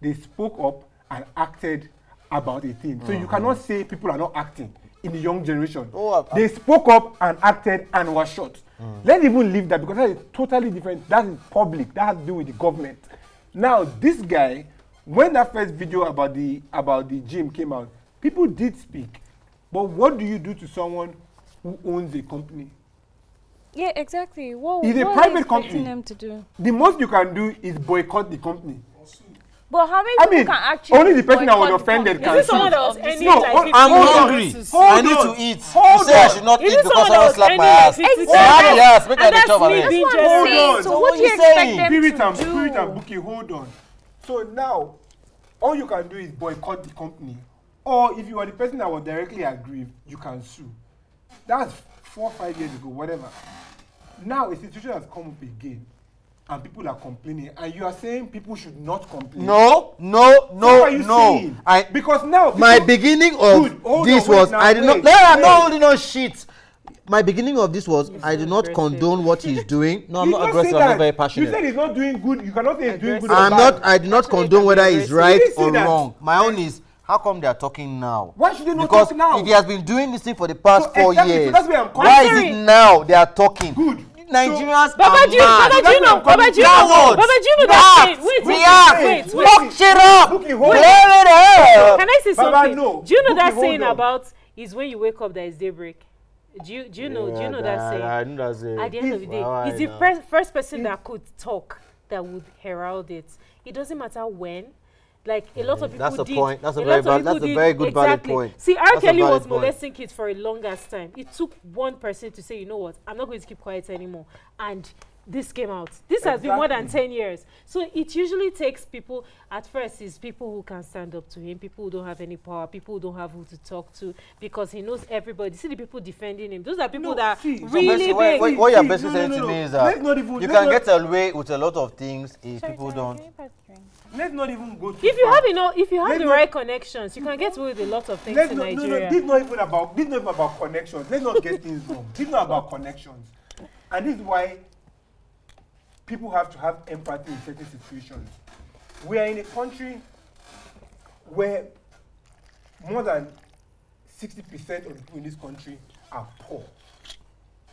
they spoke up and acted about a thing. So you cannot say people are not acting in the young generation. Oh, I've- they spoke up and acted and were shot. Let's even leave that because that is totally different. That is public. That has to do with the government. Now this guy, when that first video about the about the gym came out, people did speak. But what do you do to someone who owns a company? Yeah, exactly. What, It's a what private are they expecting company. them to do? the most you can do is boycott the company. But how many I people mean, can actually only the person that was boycott the offended company? can Is this someone shoot. that was earning No, like hold- 50 I'm dollars? hungry. Hold I need on. to eat. Hold you say I on. should not Is eat this someone because that someone was slapped my earning like ass. 50 Oh, my dollars? ass, make I And dey that's chop me my being That's just what I'm Hold on. saying. So So what what do you you expect saying? them Spirit and to do? spirit and bookie, hold on. So now, all you can do is boycott the company, or if you are the person that was directly aggrieved, you can sue. That's four five years ago, whatever. Now a situation has come up again, and people are complaining, and you are saying people should not complain. No, no, What no, are you no. saying? I because now my people- beginning of Good, hold this on, wait was now, I did not. wait, No, I'm wait. not holding on shit. My beginning of this was I do not aggressive. condone what he's doing. No, I'm You not don't say aggressive. I'm that. not very You said passionate. he's not doing good. You cannot say he's doing good. or I'm bad. not. I do not condone whether he's aggressive. right didn't say or that. wrong. My own is how come they are talking now? Why should they not Because talk now? if he has been doing this thing for the So past four exactly, so years, that's where I'm coming why from. is it now they are talking? Good. Nigerians Baba are Jim, mad. Baba Jim, That's what I'm Baba Jim, Cowards. Baba Jim, Act. that's it. Wait, wait, React. wait, wait, wait. Fuck shit up. Look, you Blame hold it up. Can I say Baba, something? no. Do you know Look, that hold saying on. about is when you wake up there is daybreak? Do you do you know do you know that saying? I know that saying. At the end of the day, Wow, it's I the know. pres- first person that could talk that would herald it. It doesn't matter when. Like a lot of people Mm-hmm. That's a did. point. That's a very lot of val- people that's a did- very good valid exactly. point. See, R. That's a Kelly valid was point. molesting kids for a longest time. It took one person to say, you know what, I'm not going to keep quiet anymore. And this came out. This has been more than 10 years. So it usually takes people, at first, it's people who can stand up to him, people who don't have any power, people who don't have who to talk to, because he knows everybody. See the people defending him. Those are people No, that see, some really Basically, big. what, what, what See, you're see, basically no, saying no, no, to me no. is that Let's not even- you let's can not- get away with a lot of things if people don't. Let's not even go. Too If you far. have enough, if you have Let the me- right connections, you can get away with a lot of things Let's in not, no, no, Nigeria. this is not even about this is not even about connections. Let's not get things wrong. This is not about connections, and this is why people have to have empathy in certain situations. We are in a country where more than sixty percent of the people in this country are poor.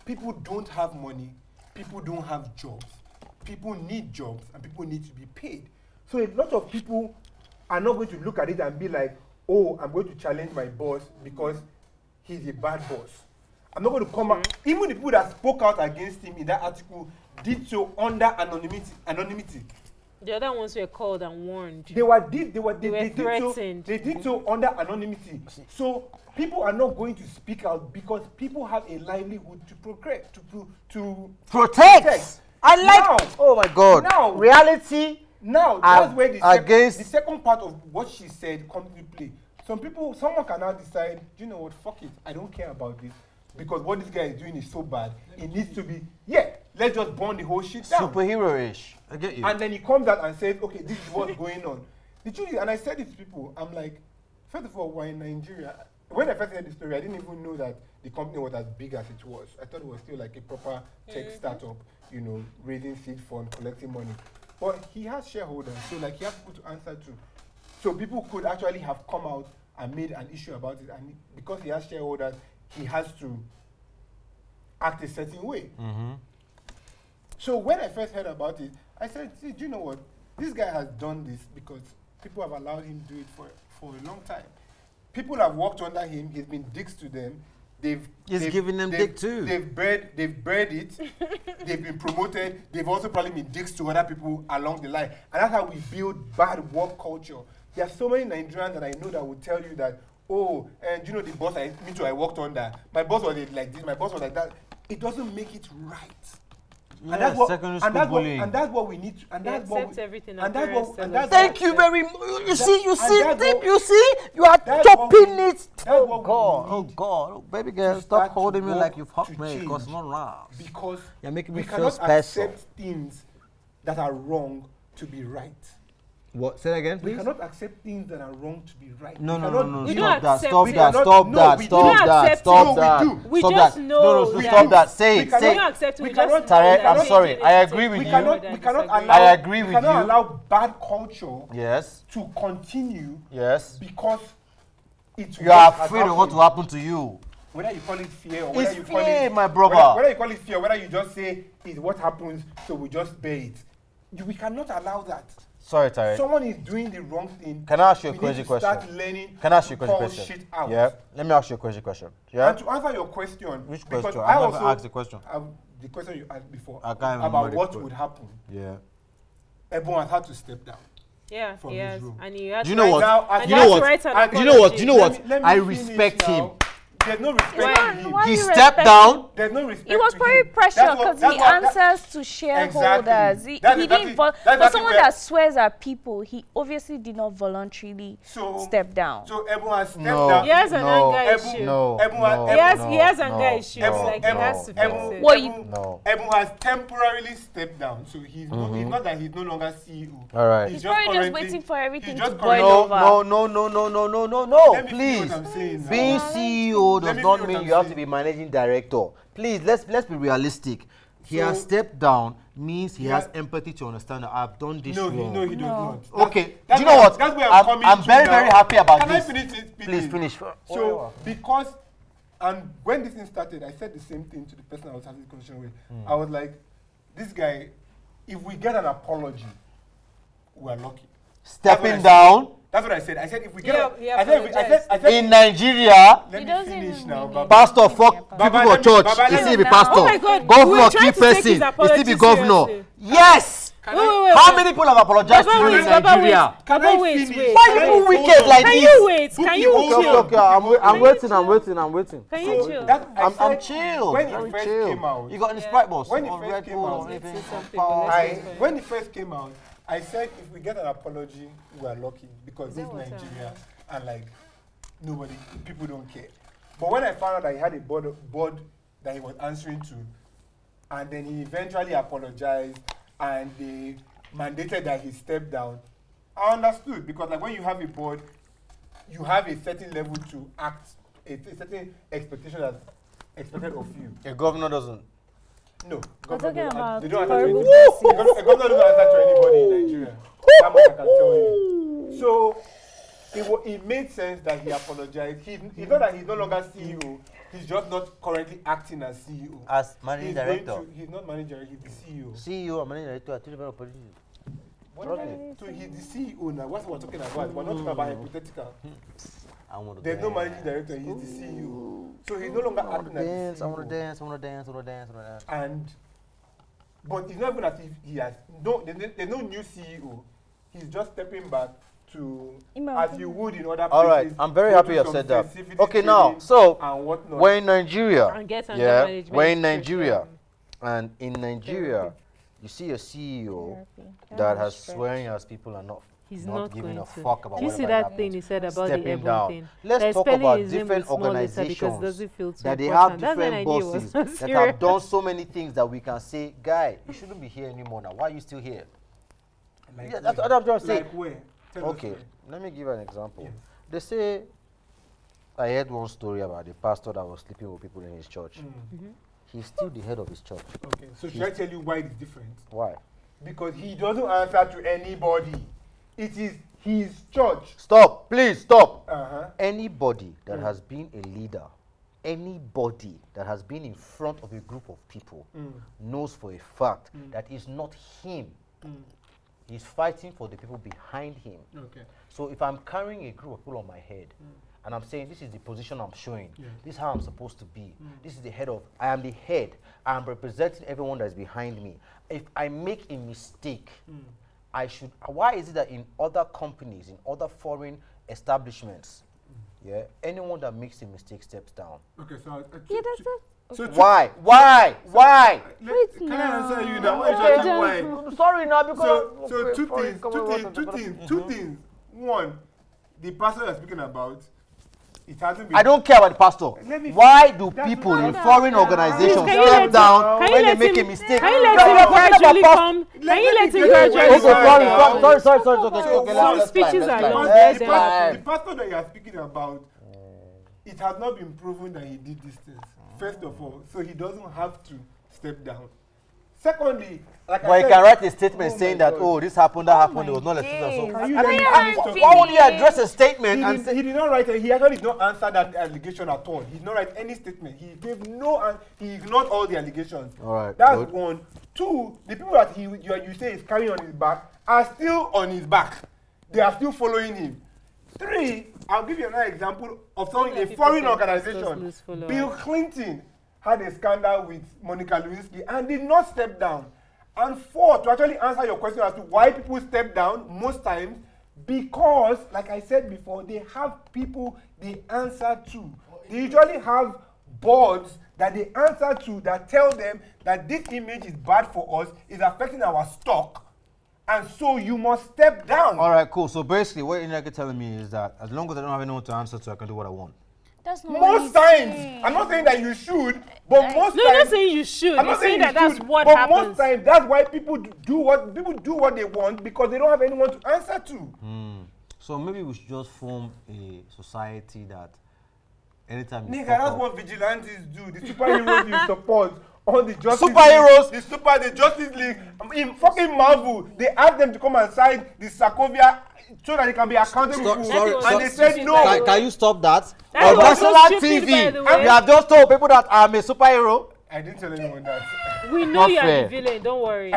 People don't have money. People don't have jobs. People need jobs, and people need to be paid. So a lot of people are not going to look at it and be like, "Oh, I'm going to challenge my boss because he's a bad boss." I'm not going to come out. Mm-hmm. Even the people that spoke out against him in that article did so under anonymity. Anonymity. The other ones were called and warned. They were did they were they, They were they did so threatened. they did so under anonymity. So people are not going to speak out because people have a livelihood to progress to pro- to Protect. I like. Now. oh my God. Now. Reality. Now Ag- that's where the, sec- against- the second part of what she said comes into play. Some people, someone can now decide, you know what, fuck it, I don't care about this because what this guy is doing is so bad. It needs to be, yeah, let's just burn the whole shit down. Superhero-ish. I get you. And then he comes out and says, okay, this is what's going on. The truth is, and I said it to people, I'm like, first of all, we're in Nigeria. When I first heard the story, I didn't even know that the company was as big as it was. I thought it was still like a proper tech startup, you know, raising seed fund, collecting money. But he has shareholders, so like he has people to answer to. So people could actually have come out and made an issue about it. And because he has shareholders, he has to act a certain way. Mm-hmm. So when I first heard about it, I said, See, do you know what? This guy has done this because people have allowed him to do it for, for a long time. People have worked under him, he's been dicks to them. They've He's they've- giving them they've- dick too. They've bred they've bred it, (laughs) they've been promoted, they've also probably been dicks to other people along the line. And that's how we build bad work culture. There are so many Nigerians that I know that will tell you that, oh, and you know the boss I me too, I worked under. My boss was like this, my boss was like that. It doesn't make it right Yeah, and that's what secondary and school that's what, bullying. and that's what we need to, and They that's what accept we, everything our and that's parents what tell and us that's to what, Thank you very much. You see, you and see, that's think what- you see, you are that's what we chopping need- it. that's Oh what we God, oh need God, oh, baby to girl, start stop to holding me work like you've to hugged me. Cause change. no love. because You're making we me feel cannot special. accept things that are wrong to be right. What? Say that again, We please. cannot accept things that are wrong to be right. No, we no, no, cannot no, do we stop don't that, accept stop it. that, We do stop not- that, no, we stop do. that, We stop accept it. No, we don't that, do. We stop just that. know No, no, so that- stop that. Say it, We say We cannot- it. don't accept it. we We just cannot- know Tarek, that I'm we sorry. did it. I agree with We you. cannot, I we cannot disagree. allow. I agree We with cannot you. allow bad culture Yes, to continue yes. because it. You are has afraid of what happened. will happen to you. whether you call it fear or whether It's you call fear, it my brother. whether, whether you call it fear whether you just say it's what happens so we just bear it you, we cannot allow that Sorry, Tarek. someone is doing the wrong thing Can I ask you a we crazy need to start question? learning Can I ask you to a crazy call question? shit out Yeah. Let me ask you a crazy question. and Yeah. to answer your question Which because question? I I've never also asked the question. um, the question you asked before I can't remember about the what que- would happen Yeah. everyone has had to step down Yeah, from his yes. room. And he had You to know write- what? now And as You he had know to what? write an And- You know what? apology. You know Let what? me- let me I finish respect now. him. there's no respect Why- to him why- He you stepped respect down. there's no respect It was to probably him. pressure That's what- because he that's what- that- answers to shareholders. He- That's He, exactly- didn't vol- that's for exactly someone where- that swears at people, he obviously did not voluntarily So- step down. so everyone stepped No. down Yes, and no, anger Ebu- issue. No. Everyone- no, Yes, no, yes, and no, guy issues, no, like, no, it has to be no, said. What you- No. Mm-hmm. Ebu has temporarily stepped down, so he's no, it's not that he's no longer CEO. All right. He's, He's probably just currently- waiting for everything just to currently- boil No, over. no, no, no, no, no, no, no, no. Let me finish Please. what I'm saying now. Being CEO Let does me not finish what mean I'm you have to saying. be managing director. Please, let's let's be realistic. He has So- stepped down means he has Yeah. empathy to understand that I've done this No, he, wrong. no, he does not. Okay, That's do you know where- what? That's where I'm, I'm- coming I'm to very, now. very happy about Can this. I finish it? Please finish. So, because, and when this thing started, I said the same thing to the person I was having this conversation with. Hmm. I was like, this guy, if we get an apology, we are lucky. That's what I Stepping said. down That's what I said. I said if we get, He a- ap- he I said, if we- I said, I said, in Nigeria, let me He doesn't finish even now, really- Baba. pastor fuck Baba, people let me- for church. Baba, He let still me- be pastor. Oh my God, we Governor, were key trying to take his person. He still be apology governor. seriously. Yes. Wait, wait, wait, How wait. many people have apologized to Baba, you wait, in Baba, wait. Nigeria? Can Baba, I wait, finish? wait. Why Can I people hold wicked on? like Can this? you wait? Book Can the you whole Okay, Chill. okay, chill? okay. I'm, wait- I'm Can you waiting. I'm chill? waiting. I'm waiting. Can you So chill? that I I'm, I'm said chill. When I'm it first chill. came out, you got any Yeah. Sprite bottles When it or first Red came Bull out, or anything? Let's see or something, Power? let's see I, something. when it first came out, I said if we get an apology, we are lucky because this is Nigeria and like nobody, people don't care. But when I found out that he had a board, board that he was answering to, and then he eventually apologized and they mandated that he step down, I understood because like when you have a board, you have a certain level to act, a, a certain expectation that's expected of you. A governor doesn't. No, We're government talking don't- about they don't answer to horrible anybody. The gov- the government doesn't answer to anybody in Nigeria. That much I can tell you. So it, wa- it made sense that he apologized. He, it's not that he's no longer CEO. He's just not currently acting as CEO. As he's managing going director, to, he's not manager. He's the CEO. CEO, E and managing director at Trinidad Opportunity. What did I- so he's the CEO now. What we're talking about? We're not talking about hypothetical. I want to There's dance. no managing director. He's the CEO. So he's no longer I want acting to as dance. the E I want to CEO. dance. I want to dance. I want to dance. I want to dance. and but it's not even as if he has no there- there- there's no new CEO. He's just stepping back to In my as you would in other places. All right, I'm very go happy through you have some said that. sensitivity Okay, now, training so and whatnot. we're in Nigeria. And get under Yeah, management we're in to- Nigeria, and in Nigeria, you see a E CEO that has swearing as people are not He's not, not giving going a to. fuck about Do you see whatever that happens. thing he said about the Stepping Ebon down. thing? Let's They're talk spelling about his name different with small letter because organizations does it feel too that they have important? That's when I different knew it was bosses so that have serious. (laughs) done so many things that we can say, guy, you shouldn't be here anymore. Now, why are you still here? like yeah, that's where? what I'm trying to say. Like where? Tell us Okay, where. let me give an example. Yes. They say, I heard one story about the pastor that was sleeping with people in his church. Mm. Mm-hmm. He's still the head of his church. Okay. So should I tell you why it's different? Why? Because he doesn't answer to anybody. It is his church. Stop, please stop. Uh-huh. Anybody that has been a leader, anybody that has been in front of a group of people knows for a fact that it's not him. Hmm, He's fighting for the people behind him. Okay. So if I'm carrying a group of people on my head and I'm saying this is the position I'm showing, this is how I'm supposed to be, this is the head of, I am the head, I'm representing everyone that's behind me. If I make a mistake, I should, why is it that in other companies, in other foreign establishments, yeah, anyone that makes a mistake steps down. Okay, so I, uh, I, two, Yeah, that's it. so two, Why? Why? Why? Let, can I answer you now? Why should I tell why? Sorry now because so so two things two things two things two Mm-hmm. things one the person you're speaking about it hasn't been I don't care about the pastor. Let me- Why do That's people not- in foreign organizations Please, can you step let down him- can you when they let make a him- mistake? Can you No, we're let talking him about gradually past- come? Can you let let me get him Okay, away gradually with come? it. sorry, now. sorry, sorry, sorry, sorry, okay, So okay, some let's, let's climb, speeches let's are climb. long, Let's the, them. pastor, the climb. pastor that you're speaking about Mm. it has not been proven that he did these things first of all so he doesn't have to step down secondly like Well, i you said can write a statement Oh saying my that, God. oh, this happened, that happened, there was no can legislation. you I let mean, me I- finish why wouldn't you address a statement He and did, say, he did not write. A, he actually did not answer that allegation at all. He did not write any statement. He gave no. an- He ignored all the allegations. All right, That's good. one. Two. The people that he you, you say is carrying on his back are still on his back. They are still following him. Three. I'll give you another example of someone in a people foreign can just organization. lose followers. Bill Clinton had a scandal with Monica Lewinsky and did not step down. And four, to actually answer your question as to why people step down most times, because, like I said before, they have people they answer to. They usually have boards that they answer to that tell them that this image is bad for us, is affecting our stock, and so you must step down. all right, cool. So basically, what you're telling me is that as long as I don't have anyone to answer to, I can do what I want. That's not what Most he's times, saying. I'm not saying that you should, but most times. No, you're not saying you should. I'm You're not saying saying that you that's should, what but happens. most times that's why people d- do what people do what they want because they don't have anyone to answer to. Hmm. So maybe we should just form a society that anytime you Nigga, fuck that's up- what vigilantes do. The superheroes (laughs) you support, all the justice Superheroes. League, the super, the Justice League. um, In fucking Marvel, they asked them to come and sign the Sokovia so that they can be accountable. Stop, for- sorry, was stop. and they said stupid, no. by Can, can you stop that? Oh. That On was so national stupid, by TV, the you way. have just told people that I'm a superhero. I didn't tell anyone that. We know Not you are fair. the villain. Don't worry.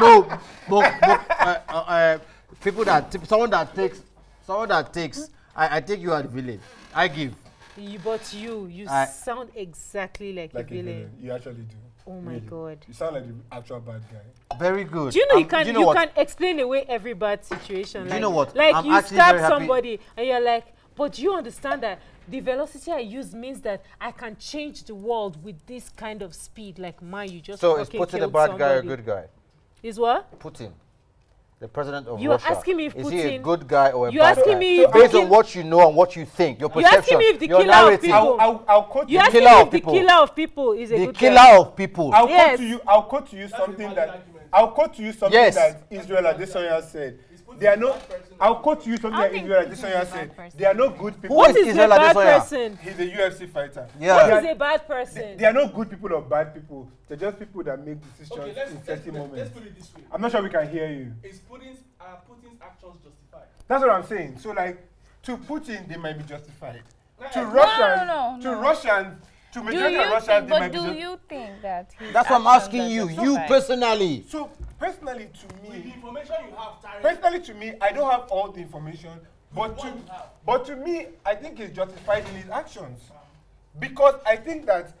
No, but, but (laughs) uh, uh, uh, people that someone that takes, someone that takes. I, I take you at village. I give. You, but you, you I- sound exactly like, a villain. You actually do. Oh my god. You sound like the actual bad guy. Very good. Do you know Um, you can you, do know what? can explain away every bad situation? Do you like, know what? Like I'm you actually stab very happy- somebody and you're like, but you understand that the velocity I use means that I can change the world with this kind of speed. Like man, you just So is fucking Putin a killed bad guy or a somebody. good guy? Is what? Putin, the president of You're Russia. asking me if is he a Putin- good guy or a You're bad asking guy? me if based on Putin- what you know and what you think, your You're asking perception, me if the your killer of narrative. people- I'll, I'll, I'll quote You The Oh. you. ask me killer of if the people. killer of people is a the good killer guy. of people. I'll Yes. quote to you. I'll quote to you That's a something valid that argument. I'll quote to you something Yes. that Israel Adesanya said. It's put They are the no. bad person- I'll quote to you something I that think Israel he's a Adesanya bad said. person. They are not good people. What is is, a Israel bad Adesanya? person? He's a UFC fighter. Yeah. What is a bad person? They are not good people or bad people. They're just people that make decisions Okay, let's, in let's, certain put it, let's moments. put it this way. I'm not sure we can hear you. Is Putin's, are Putin's actions justified? That's what I'm saying. So like to Putin, they might be justified. To No, no, Russians, no, to no. Russians, to Do majority of you Russians, think, they but might be. do ju- you think that? his That's what I'm actions asking are you, you justified? personally. So personally, to me, With the information you have, Tyrone, personally to me i don't have all the information but to but to me i think he's justified in his actions because i think that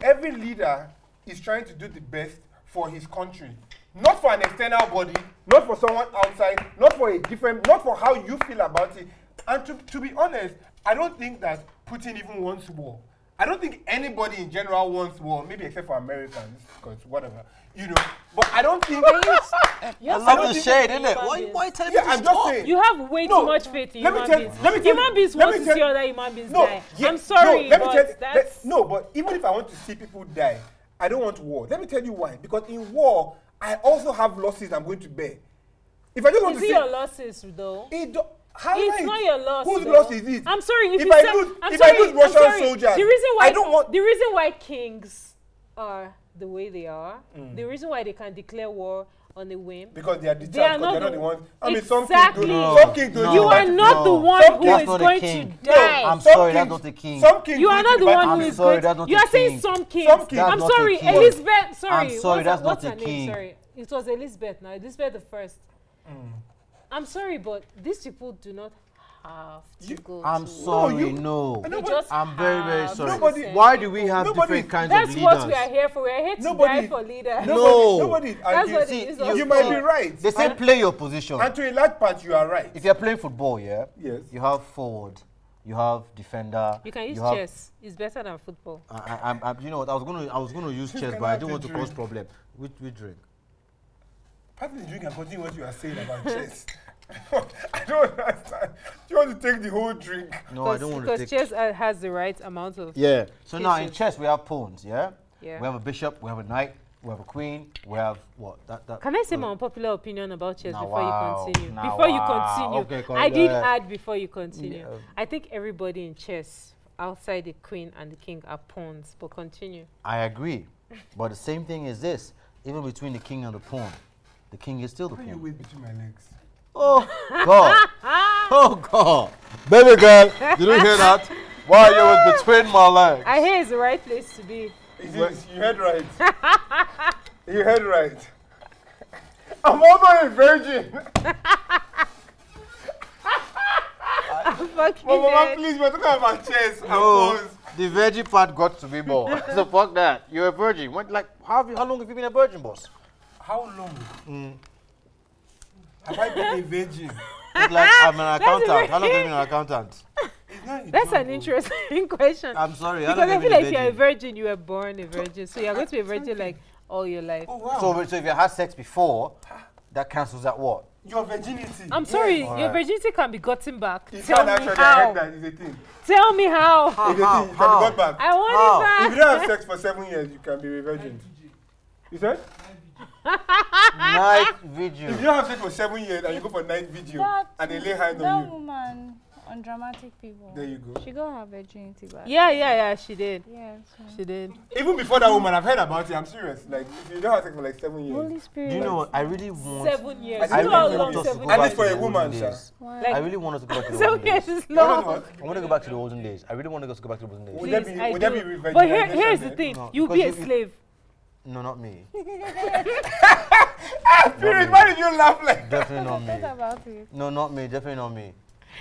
every leader is trying to do the best for his country not for an external body not for someone outside not for a different not for how you feel about it and to to be honest i don't think that putin even wants war i don't think anybody in general wants war maybe except for americans because whatever you know but i don't think (laughs) You have so I love the much shade, faith in innit? human Why, beings. why are you telling yeah me to i'm just stop? saying You have way No, too much faith in let me human tell- beings. let me tell- human beings let want me to tell- see other human beings die. yeah, I'm sorry, no, let me but tell, let- that's no, but even if I want to see people die, I don't want war. Let me tell you why. Because in war, I also have losses I'm going to bear. If I just want is to it see, your losses though? it do, how it's right? not your loss. Whose though. loss is it? I'm sorry if, if you I said- lose, I'm if sorry, I lose I'm Russian sorry. soldiers, The reason why I don't want. the reason why kings are the way they are. Mm. The reason why they can declare war on a whim. because they are the They are chance, because not they are not the- the ones. I mean, some Exactly. king No, do, some king do. no. you are no, not the one Some who kings- is That's not a going king. to die. I'm Some sorry, that's kings- not a king. Some king you are not the one I'm who is sorry, going. that's not you a are saying king. some kings. Some kings. I'm That's not a sorry, king. Elizabeth. Sorry, I'm sorry, what's, that's what's not her a king. Mm. name? Sorry, it was Elizabeth. Now Elizabeth the first. I'm sorry, but these people do not have to You- go. I'm to sorry, you- no. War. They Nobody- just I'm very, very have to sorry. Nobody- send Why do we have Nobody- different kinds That's of leaders? what we are here for. We are here to Nobody- die for leaders. No. Nobody, nobody That's what argues. it See, is you- also. You might be right. They say play your position. And to a large part, you are right. If you're playing football, yeah, Yes. you have forward, you have defender. You can use have- chess. It's better than football. I, I, I'm- I'm- you know what? I was gonna, I was gonna use chess, but I cannot didn't want to do cause drink. problem. We, we drink. Partly drink and continue what you are saying about chess. (laughs) I don't understand. You want to take the whole drink. No, I don't want to because take. chess uh, has the right amount of. Yeah. So now in Pieces. chess we have pawns. Yeah? Yeah. We have a bishop. We have a knight. We have a queen. We have what? That. that Can I say uh, my unpopular opinion about chess Now before wow, you continue? now before wow. you continue, Okay, go I did ahead. add before you continue. Yeah. I think everybody in chess, outside the queen and the king, are pawns. But continue. I agree, but the same thing is this: even between the king and the pawn, the king is still the How you pawn. wait between my legs? Oh (laughs) God! Oh God! Baby girl, you didn't hear that? Why you (laughs) was between my legs? I hear it's the right place to be. Is it, you heard right. (laughs) you heard right. I'm also a virgin. Fucking But mama, dead. please, we're talking about chess. and No, phones. Oh, the virgin part got to me more. (laughs) so fuck that. You're a virgin. What, like, how, have you, how long have you been a virgin, boss? How long have I been a virgin? It's like (laughs) I'm an accountant. very- How long have you been an accountant? It's not a That's joke, an oh. interesting (laughs) question. I'm sorry. How long because I have you feel like been a if you're a virgin? virgin, you were born a virgin, so you're going to be a virgin like all your life. Oh, wow. So, so if you had sex before, that cancels that what? Your virginity. I'm sorry, All your right. virginity can be gotten back. You Tell can't me actually how. I heard that. It's a thing. Tell me how. How, It's a how, thing. You how? can be got back. I want How? it If back. you don't have sex for seven years, you can be a virgin. You said? Night If you vigil. don't have sex for seven years and you go for night video That- and they lay hands that on you, woman on dramatic people. there you go. She got her virginity back. Yeah, yeah, yeah. She did. Yeah. so- She did. Even before that woman, I've heard about it. I'm serious. Like, if you don't have sex for like seven years, Holy Spirit. Do you know what? I really want. Seven years. I You know really how want long want us to go seven At back least years? for to a the olden woman, sir. days. Why? I Like, really want us to go back to the seven olden days. years is you know long. what? I want to go back to the olden days. I really want to go back to the olden days. Would that Please, be- I would that do. be But here, revaginalization here's the then? thing. No, You'll be a because you- slave. No, (laughs) not me. Spirit, why did you laugh like Definitely not Talk me. about it. No, not me. Definitely not me.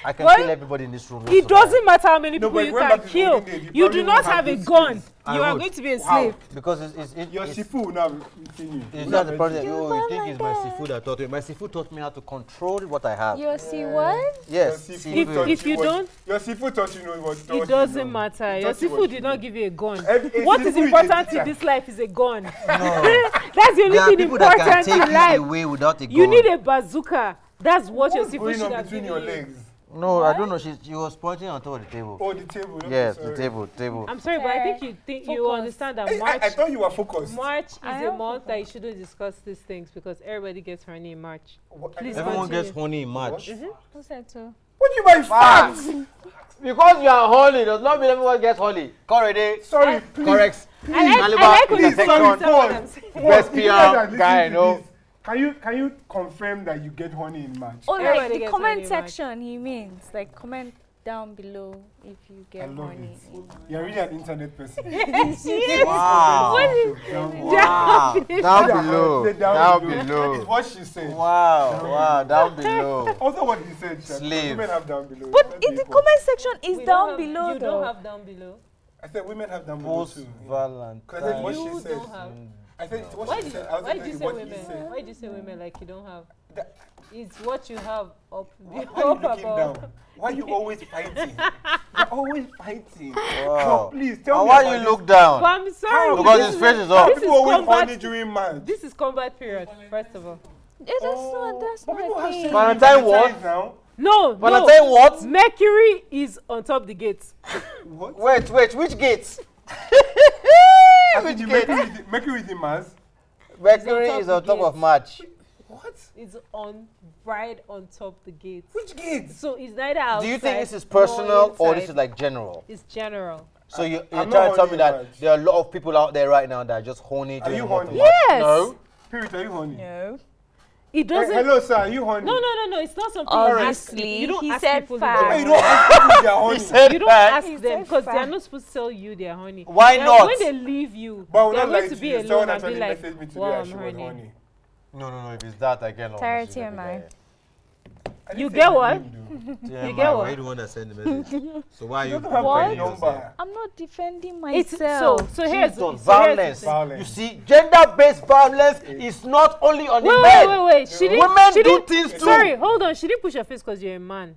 I can Well, kill everybody in this room. not It survive. doesn't matter how many No, people but you going can back to the kill. olden days, you You probably do not won't have have a those gun. I You are would. going to be a How? slave. Because it's, it's, it- Your it's, shifu will now be seeing you. it's Will not now the be- problem. Oh, you don't think like it's my that. seafood that taught me. My seafood taught me how to control what I have. You see what? Yes, Your seafood seafood. taught if you what- don't- Your seafood taught you know what. It doesn't matter. Your seafood did not give you a gun. Every- What it's is seafood important is- in this life is a gun. No. That's the there only are thing people that can important take in it life. away without a gun. You need a bazooka. That's what your What's seafood going should on have between your given you. legs? No, I don't know. She, she was pointing on top of the table. Oh, the table. okay, yes, the sorry. table, table. I'm sorry, but I think Sorry. you think you Focus. understand that Hey, I, March I thought you were focused. March is I a am month that you shouldn't discuss these things because everybody gets horny in March. What- Please Everyone continue. gets horny in March. Who said so? What do you mean facts? Mm-hmm. Because you are holy does not mean everyone gets holy. Correct, Sorry, please. correct. I like, Maliba, I like when you please, tell sorry, me what I'm saying. Come on, Best if you guys PR are listening guy, to no? this, Can you can you confirm that you get horny in March? Oh, like Everybody the gets comment horny, right? section, he means. Like, comment down below if you I get love horny. it. (laughs) (laughs) You're really an internet person. Wow. Wow. Down below. Say Down Is below. what she said. Wow. Wow. Down (laughs) below. Also, what he said. that Slave. Women have down below. But Let's in be the equal. comment section is We down don't have- below, You though. don't have down below. I said women have down below Post too. Because I said what Valentine. she You said. don't have. I said it's what Why she did you, said. I was why did telling you say what he women? said. Why did you say women like you don't have? That- It's what you have up, (laughs) Why up are you looking above. down? Why are you always (laughs) fighting? You're always fighting. Wow. So please tell And me. why about you this. look down? But I'm sorry. Because this his face is Why up. This people is always combat- horny during March? This is combat period, first of all. Yeah, that's not, that's Oh. But people not have a thing. sex Valentine with what? Valentine's now. No, But no. I tell you what. Mercury is on top the gate. (laughs) What? Wait, wait. Which gate? I Which think you gate? Mercury is the- Mercury is in Mars. Mercury top is on the top gate. of March. What? It's on right on top the gate. Which gate? So it's neither outside. Do you think this is nor personal or inside. this is like general? It's general. So you, you're I'm not trying to tell horny, me that Raj. there are a lot of people out there right now that are just horny. Are doing you nothing. horny? Yes. No. Period, are you horny? No. It Hey, doesn't. hello, sir. Are you horny? No, no, no, no. It's not something you ask people. Obviously, You don't he ask said people. five. Hey, you don't ask people That. if they are He horny. (laughs) said You don't that. ask He them said because they are five. not supposed to tell you they are horny. Why They are- not? When they leave you, But I would they are not going like to to be you. alone Someone and actually be like, messaged me today "Wow, and I'm she was horny." horny. No, no, no. If it's that, I get lost. Clarity she's not am gonna I didn't You say get my what? name, though. (laughs) Yeah, You get man, why what? you the one that sent the message? so why are You you? don't have comparing my yourself? number. I'm not defending It's myself. so. So here's Jesus, so here's the violence. thing. Violence. You see, gender-based violence is not only on the Wait, men. wait, wait, wait. She didn't. Women she do didn't, things too. Sorry, hold on. She didn't push your face because you're a man.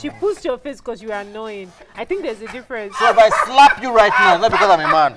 She pushed your face because you are annoying. I think there's a difference. So if I slap you right now, it's not because I'm a man.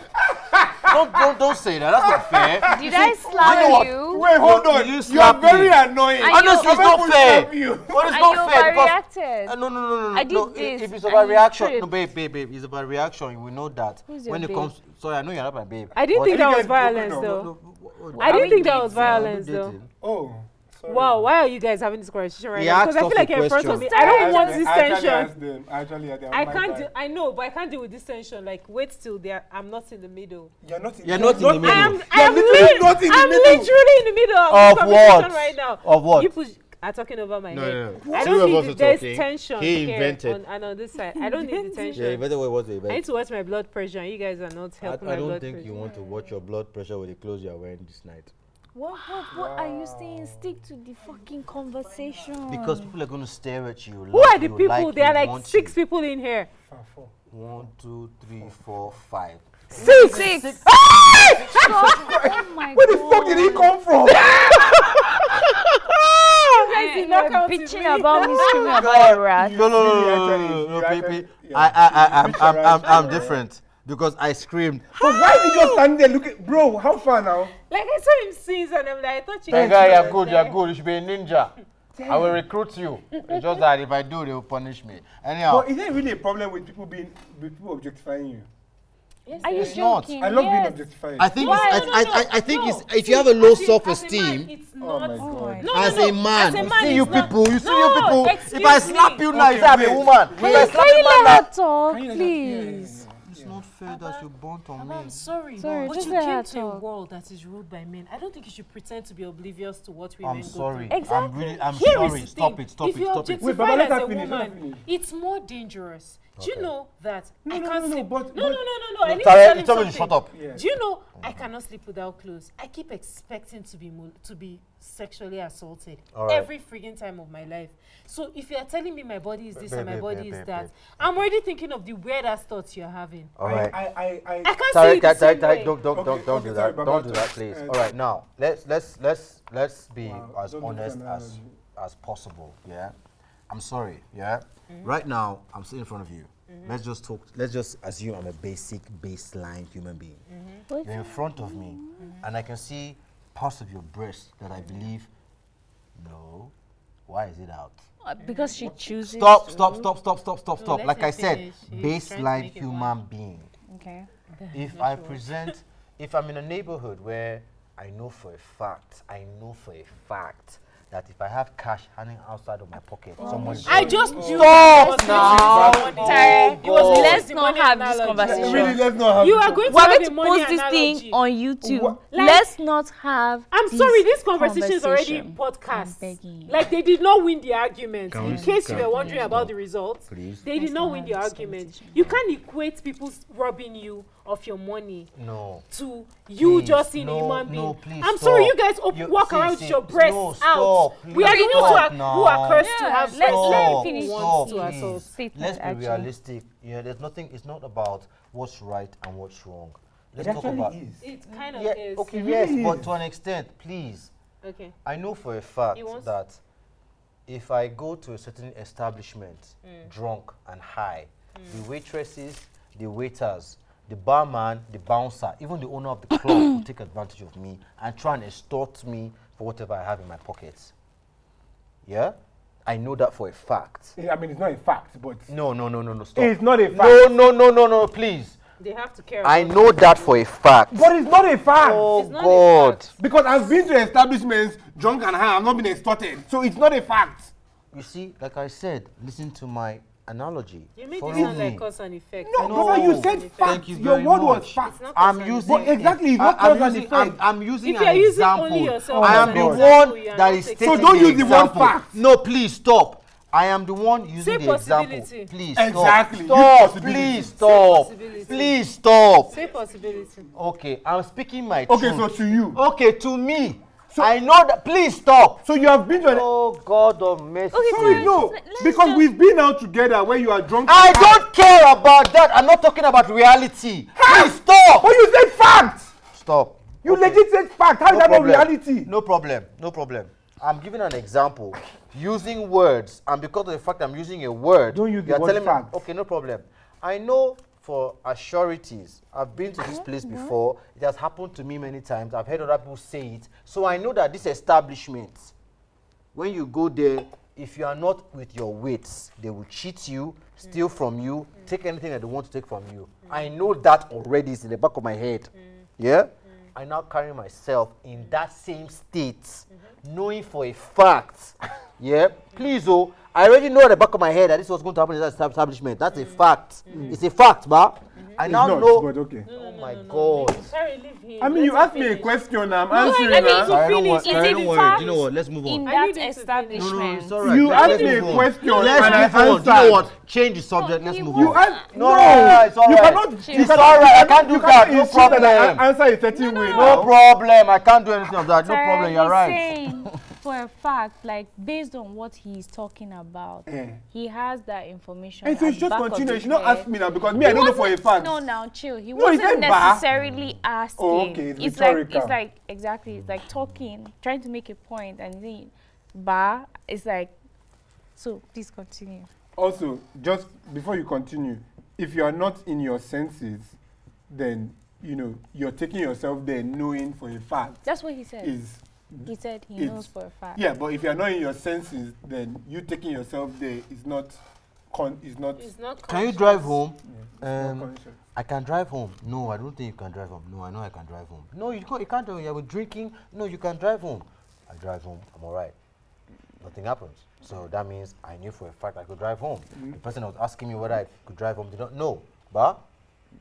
Don't don't don't say that. That's not fair. Did I you know slap what? you? Wait, hold You- on. you You, slap are very me. annoying. I- Honestly, you- it's not People fair. slap you. But it's And you not fair because overreacted. Uh, no, no, no, no, no. I did no, i- this If it's and about you reaction, tripped. no, babe, babe, babe. It's about reaction. We know that. Who's your when it babe? comes, sorry, I know you're not my babe. I didn't but- think Have that you was guys broken violence, up? though. No, w- w- I Are didn't we think that was yeah, I do violence, though. dating. (laughs) Oh. sorry. Wow, why are you guys having this conversation right He now? Because I asked feel us like a you're in front of me. question. I don't actually- want this I actually tension. asked them. I actually asked them. I My can't. bad. Do, I know, but I can't deal with this tension. Like, wait till there. I'm not in the middle. You're not in, You're not in the middle. I am. You're I am literally lit- not in the I'm middle. literally in the middle of, this Of conversation what? right now. Of what? You push. Are talking over my No, head. no, no. I Two don't of us need. are the- There's talking. tension He here invented. on, and on this side. I don't need the tension. (laughs) Yeah, better way was the I need event. to watch my blood pressure, and you guys are not I, helping I my don't blood think you pressure. want to watch your blood pressure with the clothes you are wearing this night What, what, what are you saying? Stick to the fucking conversation. because people are going to stare at you. Who laugh are the you, people? there you, are like want six you. people in here. One, two, three, four, five. Six. Six. oh my Where the fuck did he come from? guys did not come to Eh, bitching about me, (laughs) screaming about your rat. No, no, no, You no, actually- no, no, you no, actually- baby. yeah. I, I, I, I'm, Picture I'm, I'm, right. I'm different because I screamed. But why did you just stand there looking? Bro, how far now? Like I saw him sings, and I'm like, I thought you Hey guys. guy, were you're good, there. you're good. You should be a ninja. I will recruit you. It's just that if I do, they will punish me. Anyhow, But is there really a problem with people being with people objectifying you? Are you It's not. joking? I love being yes. objectified. I think it's, No, I, no, I, no, I, I think no. it's, if you have See, a low as self as a man, esteem. it's oh my not. god. my No, As no, a no. man, as a you man see you it's not- people, you see you No, people. If excuse I slap me. you now, you Okay, say I'm a wait. woman. If I Please, slap can you you now, let now- her talk, Can you not- yeah, yeah, please? yeah. It's not fair that you burnt on I'm me. sorry, Sorry, but just you let came her to a talk. world that is ruled by men. I don't think you should pretend to be oblivious to what women I'm go sorry. through. I'm really, I'm Here is sorry. the Stop thing. it, stop if it, you stop it. Wait, objectify Baba, let as her a finish, let her woman, finish. it's more dangerous. Do you know that No, I no, can't no, no, sleep? but- no, but- no, no, no, no. I need to Tara, tell you you tell me something. to shut up. Yeah. Do you know I cannot sleep without clothes? I keep expecting to be mol- to be sexually assaulted All right. every freaking time of my life. So if you are telling me my body is this and my babe, body babe, is babe, that, babe. I'm already thinking of the weirdest thoughts you're having. All I- right. I, I, I I, can't see Tarek, it the Tarek, same Tarek, way. don't, don't, Okay, don't, don't do okay, that. sorry, Don't do Baba. that, please. Uh, All right, now let's let's let's let's be Wow, as don't do honest that as analogy. as possible. Yeah, I'm sorry. Yeah, Mm-hmm. right now I'm sitting in front of you. Let's just talk. Let's just assume I'm a basic baseline human being. What? Mm-hmm. You're in front of me, and I can see parts of your breast that I believe. No, why is it out? Uh, because she chooses. Stop! to. Stop! Stop! Stop! Stop! Stop! No, Stop! let Like him I said, finish. He's trying to baseline make it human being Okay. if (laughs) I present, if I'm in a neighborhood where I know for a fact, I know for a fact that if I have cash hanging outside of my pocket, someone Oh, I just Oh. do. stop now. Tarek, It was God. always let's the not money have this analogy. conversation. really, let's not have You this are going to We're have going a to money post this analogy. thing on YouTube. Wha- Like, Let's not have. I'm this sorry, this conversation is already conversation. I'm begging podcast. you. Like they did not win the argument. Can we In sit case you down, were wondering please? about the results, Please. they did Let's not not win have the this argument. conversation. You can't equate people robbing you of your money No. to you Please, just seeing no, a human being. no, please I'm sorry, stop. you guys op- You- walk see, around see, with your breasts no, out. stop, we are the please, ones who are, stop who are now. cursed to Yeah, have let's- breasts. let him Stop, finish stop, his please. statement, Let's be actually. realistic. You know, there's nothing. It's not about what's right and what's wrong. Let's It talk actually about. is. It kind of Yeah. is. Okay. It Yes, really but is. to an extent, please. Okay. I know for a fact He wants- that if I go to a certain establishment Mm. drunk and high, the waitresses, the waiters, the barman, the bouncer, even the owner of the (coughs) club will take advantage of me and try and extort me for whatever I have in my pockets. Yeah? I know that for a fact. I mean, it's not a fact, but No, no, no, no, no, stop. it's not a fact. no, no, no, no, no, please. They have to care. I about know that for a fact. But it's not a fact. Oh, It's not a God. fact. Because I've been to establishments drunk and high, I've not been extorted. So it's not a fact. You see, like I said, listen to my analogy. You made Follow it sound me. like cause and effect. No, and No. brother, cause you and said effect. fact. you Your very word was much. fact. It's not I'm cause and using effect. But exactly, it's I- not I'm cause and using- I'm- effect. I'm using If an you're using only example. yourself I as am an the example, one you are that not is taking stating So don't the use the word example. fact. No, please stop. I am the one using Say the example. possibility. Please Exactly. Use stop. Stop. possibility. Please stop. possibility. Please stop. Say possibility. Okay, I'm speaking my Okay, so truth. to you. okay, to me. I know that. Please stop. So you have been to an. Oh God of mercy. Okay, so Sorry, no. Let's- let's Because just- we've been out together where you are drunk. I don't care about that. I'm not talking about reality. Please But stop. you said fact. Stop. You legit said fact. How is that not reality? No problem. No problem. I'm giving an example using words, and because of the fact I'm using a word, Don't use the you're word telling fact. me. Okay, no problem. I know for assurities. I've been to Uh-huh. this place before. It has happened to me many times. I've heard other people say it, so I know that this establishment, when you go there, if you are not with your weights, they will cheat you, steal from you, take anything that they want to take from you. I know that already. It's in the back of my head. Yeah? I now carry myself in that same state, knowing for a fact. (laughs) yeah? Please, oh, I already know at the back of my head that this was going to happen in that estab- establishment. That's a fact. It's a fact, ma. I It's now not, know. but okay. Oh my God. Sorry, leave him. I mean, you Let asked him me a finish. question, I'm I answering. need her. to uh, I don't finish. want- Is I it don't worry. You know fact what? Let's move on. in I that need it to finish. No, no, establishment? it's all right. You Let's- asked let's me a move on. question Let's and I move on. Do you know answered. what? Change the subject. Let's you move You on. won't. asked No, no, no, it's all you right. cannot. It's you all cannot- right, I you can't do you that, no insist that I problem. an- answer a certain way. No now. problem. I can't do anything of that. No Tara, problem. You're he's right. saying (laughs) for a fact, like based on what he's talking about, Eh. he has that information. And so at you just back of continue. his You should not ask head. me now because me, I don't know for a wasn't- fact. No, now chill. He No, he said wasn't bar. necessarily asking. Oh, okay, it's it's, like rhetorical. it's like exactly. It's like talking, trying to make a point, and then bar. It's like. So please continue. Also, just before you continue, if you are not in your senses, then you know you're taking yourself there, knowing for a fact That's what he said. is he said he it's- knows for a fact. yeah. But if you are not in your senses, then you taking yourself there is not con is not. It's not Can you conscious. drive home? not Um, conscious. I can drive home. No, I don't think you can drive home. No, I know I can drive home. No, you can't. You can't drive home. You were drinking. No, you can drive home. I drive home. I'm all right. Nothing happens. So that means I knew for a fact I could drive home. The person that was asking me whether I could drive home did not know. But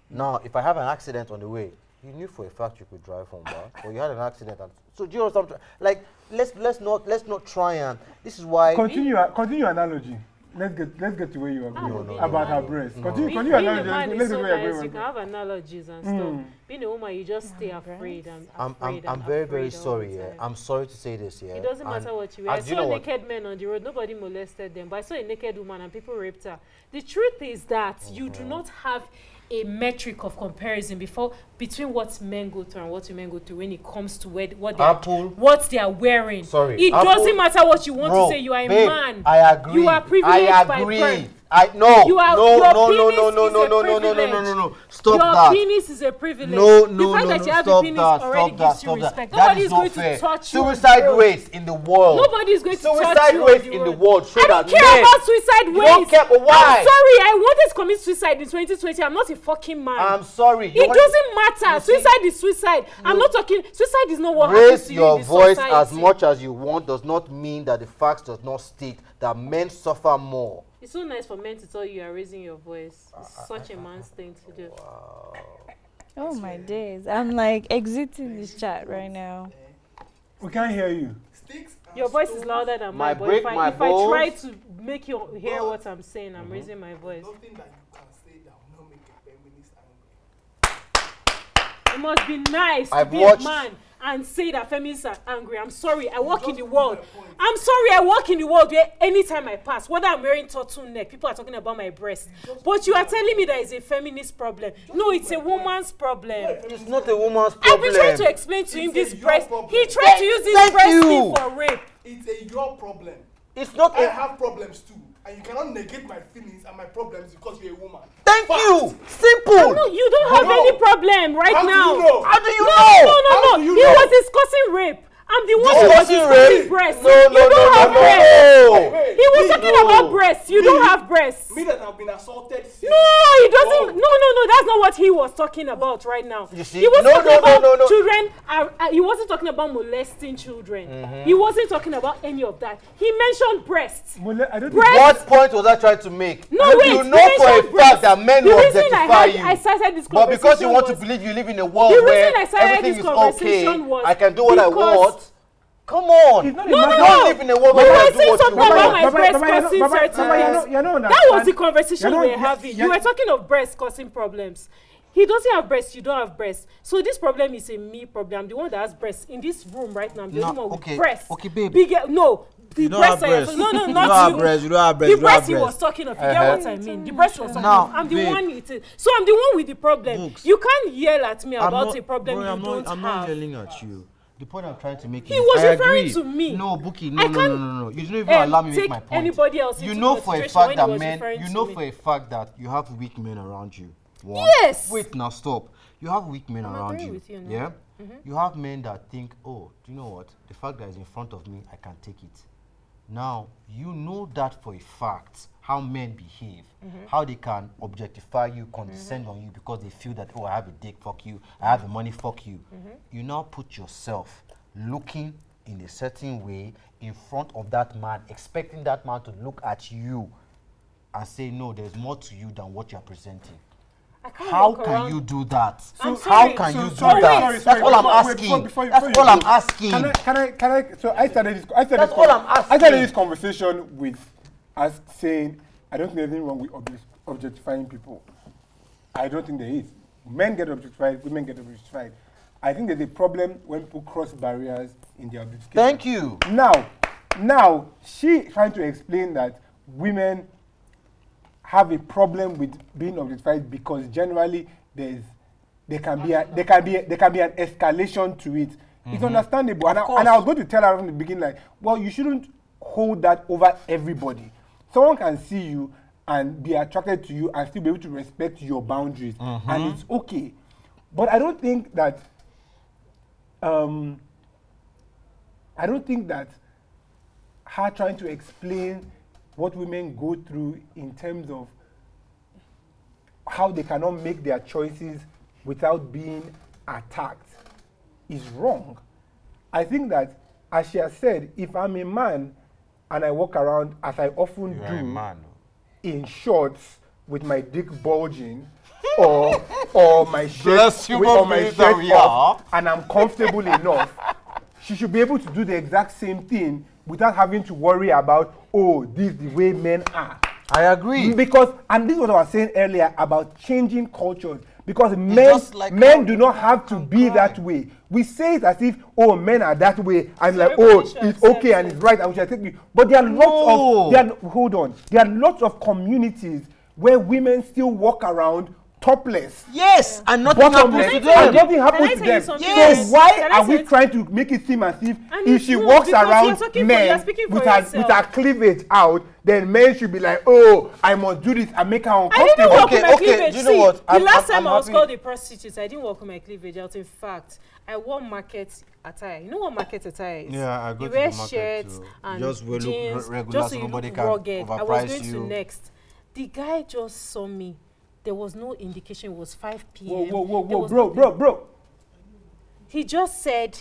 now, if I have an accident on the way, you knew for a fact you could drive home, but or you had an accident. And, so do you know what I'm try- Like, let's let's not let's not try and. This is why. Continue. uh, Continue analogy. Let's get let's get to where you are going No, no, about no, her no. breast. Oh, No. Continue. Be- Continue being a man analogy. is Let's so get where you nice. are You going. can have analogies and Mm. stuff. Being a woman, you just stay afraid. and I'm, I'm, afraid I'm and very, very afraid all the sorry. Yeah. time. I'm sorry to say this. Yeah. It doesn't And- matter what you wear. and I do you saw know what? naked men on the road. Nobody molested them, but I saw a naked woman and people raped her. The truth is that you Uh-huh. do not have a metric of comparison before between what men go through and what women go through when it comes to where, what they Apple. are, what they are wearing. Sorry, it Apple- doesn't matter what you want Bro, to say. You are a babe, man. I agree. You are privileged I by agree. birth. I no. You are- no, your no, no, penis no, no, is no, a no, no, no, no, no, no, privilege. no. Stop your that. penis is a privilege. No, no, the fact no, that no, you have stop a penis that, already stop that, gives you stop that. respect. That Nobody is is not going fair. to touch you. on the Suicide road. rates in the world. Nobody is going to Suicide touch you on rates the in the road. world show I don't that care men- about suicide You ways. don't care, but why? I'm sorry. I wanted to commit suicide in 2020. I'm not a fucking man. I'm sorry. Um, You it want- doesn't matter. Suicide is suicide. I'm not talking. Suicide is not what happens Raise to your you in this voice society. as much as you want does not mean that the facts does not state that men suffer more. It's so nice for men to tell you you are raising your voice. Ah, It's such a man's thing to do. Oh my days! I'm like exiting this chat right now. We can't hear you. Sticks and Your voice is louder than My mine. But if break, I, my Mm-hmm. if I try balls. to make you hear what I'm saying, I'm raising my voice. Nothing that you can say that will not make a feminist angry. It must be nice I've to be watched- a man and say that feminists are angry. I'm sorry, I walk in the world. I'm sorry, I walk in the world where anytime I pass, whether I'm wearing turtleneck, people are talking about my breast. But you are telling me that it's a feminist problem. No, it's a woman's problem. It's not a woman's I've problem. been trying to explain to him It's this a your breast. problem. He tried to use this Thank breast you. thing for rape. It's a your problem. It's not I a have problems too, and you cannot negate my feelings and my problems because you're a woman. Thank Fact. you. Simple. No, you don't have How- any problem right how do now. you know? How do you no, know? No, no, How no, do no. you He know? was discussing rape. I'm the one who was Discussing rape. discussing breasts. No, no, you no, don't no, have no. breasts. Wait, He was me- talking no. about breasts. You don't have breasts. Me that have been assaulted. since- No, he doesn't. No, no, no. That's not what he was talking about right now. You see? He was No, talking no, no, about no, no. children. Are, uh, he wasn't talking about molesting children. Mm-hmm. He wasn't talking about any of that. He mentioned breasts. Mole- I don't think- Breasts. What point was I trying to make? No, you wait. You he know for a mentioned breasts. fact that men the will reason objectify I had, you. I started this But conversation because you want to was- believe you live in a world reason where I started everything this is okay, conversation was I can do what I because- want. Come on. It's not a you No, no, don't no. live in a world But where I you can do said what you something about my want. Baba, breast Baba, you know- causing Baba, certain Baba, you know- things. you know That was the understand. conversation You know- we were you- having. you- You were talking of breast causing problems. He doesn't have breasts, you don't have breasts. So this problem is a me problem. I'm the one that has breasts. In this room right now, I'm the No, only one with okay, breasts. okay, babe. Big, no, the You don't breasts have are breasts. no, no, (laughs) You not don't have you. breasts, you don't have breasts, The you don't have breast he was breasts. talking of, you Uh-huh. get what I mean? The breast he was talking Now, of. I'm the babe. one with it. So I'm the one with the problem. Books. You can't yell at me I'm about not- a problem bro, you I'm don't not, I'm have. not yelling at you. The point I'm trying to make He is was I referring to agree. me. No, Buki, I no, no, can't, no, no, no, no. You didn't even um, allow me take make my point. anybody else you into know for a consideration fact when that he was men, referring you to know me. for a fact that you have weak men around you. One. Yes. Wait, now stop. You have weak men I'm around agreeing you. with you now. Mm-hmm. yeah. You have men that think, oh, do you know what? The fact that is in front of me, I can take it. Now you know that for a fact how men behave, Mm-hmm. how they can objectify you, condescend on you because they feel that oh, I have a dick, fuck you. I have the money, fuck you. Mm-hmm. You now put yourself looking in a certain way in front of that man, expecting that man to look at you and say, no, there's more to you than what you're presenting. I can't How walk can around you do that? Oh, I'm How sorry. can So- you do sorry, that? sorry, That's sorry, all I'm before- wait, before- asking. before you- That's before you all I'm go, asking. Can I, can I, can I, so I started this, I started That's this, all I'm I started asking. this conversation with us saying, I don't think there's anything wrong with obje- objectifying people. I don't think there is. Men get objectified, women get objectified. I think there's a problem when people cross barriers in their objectification. Thank you. Now, now she trying to explain that women have a problem with being objectified because generally there's there can be a, there can be there can be an escalation to it. Mm-hmm. It's understandable, and I, and I was going to tell her from the beginning, like, well, you shouldn't hold that over everybody. Someone can see you and be attracted to you and still be able to respect your boundaries, mm-hmm. and it's okay. But I don't think that um, I don't think that her trying to explain what women go through in terms of how they cannot make their choices without being attacked is wrong. I think that, as she has said, if I'm a man and I walk around as I often do, in shorts with my dick bulging or or my shirt Bless you, with, or my Bob, that shirt we off are. and I'm comfortable enough, she should be able to do the exact same thing without having to worry about oh this the way men are. I agree. Because and this is what I was saying earlier about changing cultures. Because men just like men how- do not have to be that way. We say it as if oh men are that way and like oh everybody should it's accept okay and it. it's right and we should take it. But there are lots No. of there are and hold on, there are lots of communities where women still walk around topless. Yes, and nothing happens Bottomless, to and them. nothing Can I happens to tell you them. something else? So why Can I are say we it? trying to make it seem as if And if it's she not, walks because you're around talking for- you're men speaking for with her yourself. with her cleavage out, then men should be like, oh, I must do this and make her I uncomfortable. didn't walk Okay, with my okay, cleavage. do you know See, what? the I'm- last I'm- time I'm I was happy. called a prostitute, I didn't walk with my cleavage out. In fact, I wore market attire. You know what market attire is? Yeah, I go you to wear the market shirts to and just wear look re- jeans, regular just so so you nobody look can rugged. I was overprice going you. to next. The guy just saw me. There was no indication. It was 5 p.m. Whoa, whoa, whoa, There whoa, was bro, nothing. bro, bro. He just said,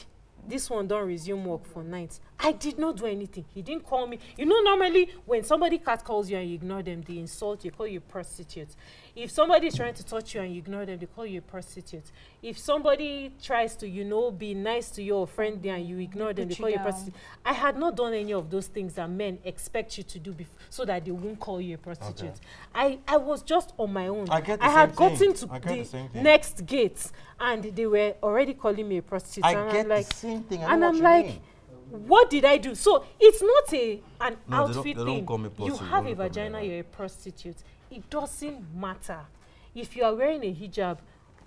this one don't resume work for night. I did not do anything. He didn't call me. You know, normally when somebody cat calls you and you ignore them, they insult you, call you prostitute. If somebody is trying to touch you and you ignore them, they call you a prostitute. If somebody tries to, you know, be nice to you or friendly and you ignore them, they Put call you you a down. prostitute. I had not done any of those things that men expect you to do bef- so that they won't call you a prostitute. I, I was just on my own. I get the I had same gotten thing. to I get the same thing. next gate and they were already calling me a prostitute. I and get I'm the like, same thing. I and know I'm what you like, mean. what did I do? So it's not a an No, they don't- outfit they don't thing. call me you prostitute, have they a don't call me vagina, that. you're a prostitute. It doesn't matter. If you are wearing a hijab,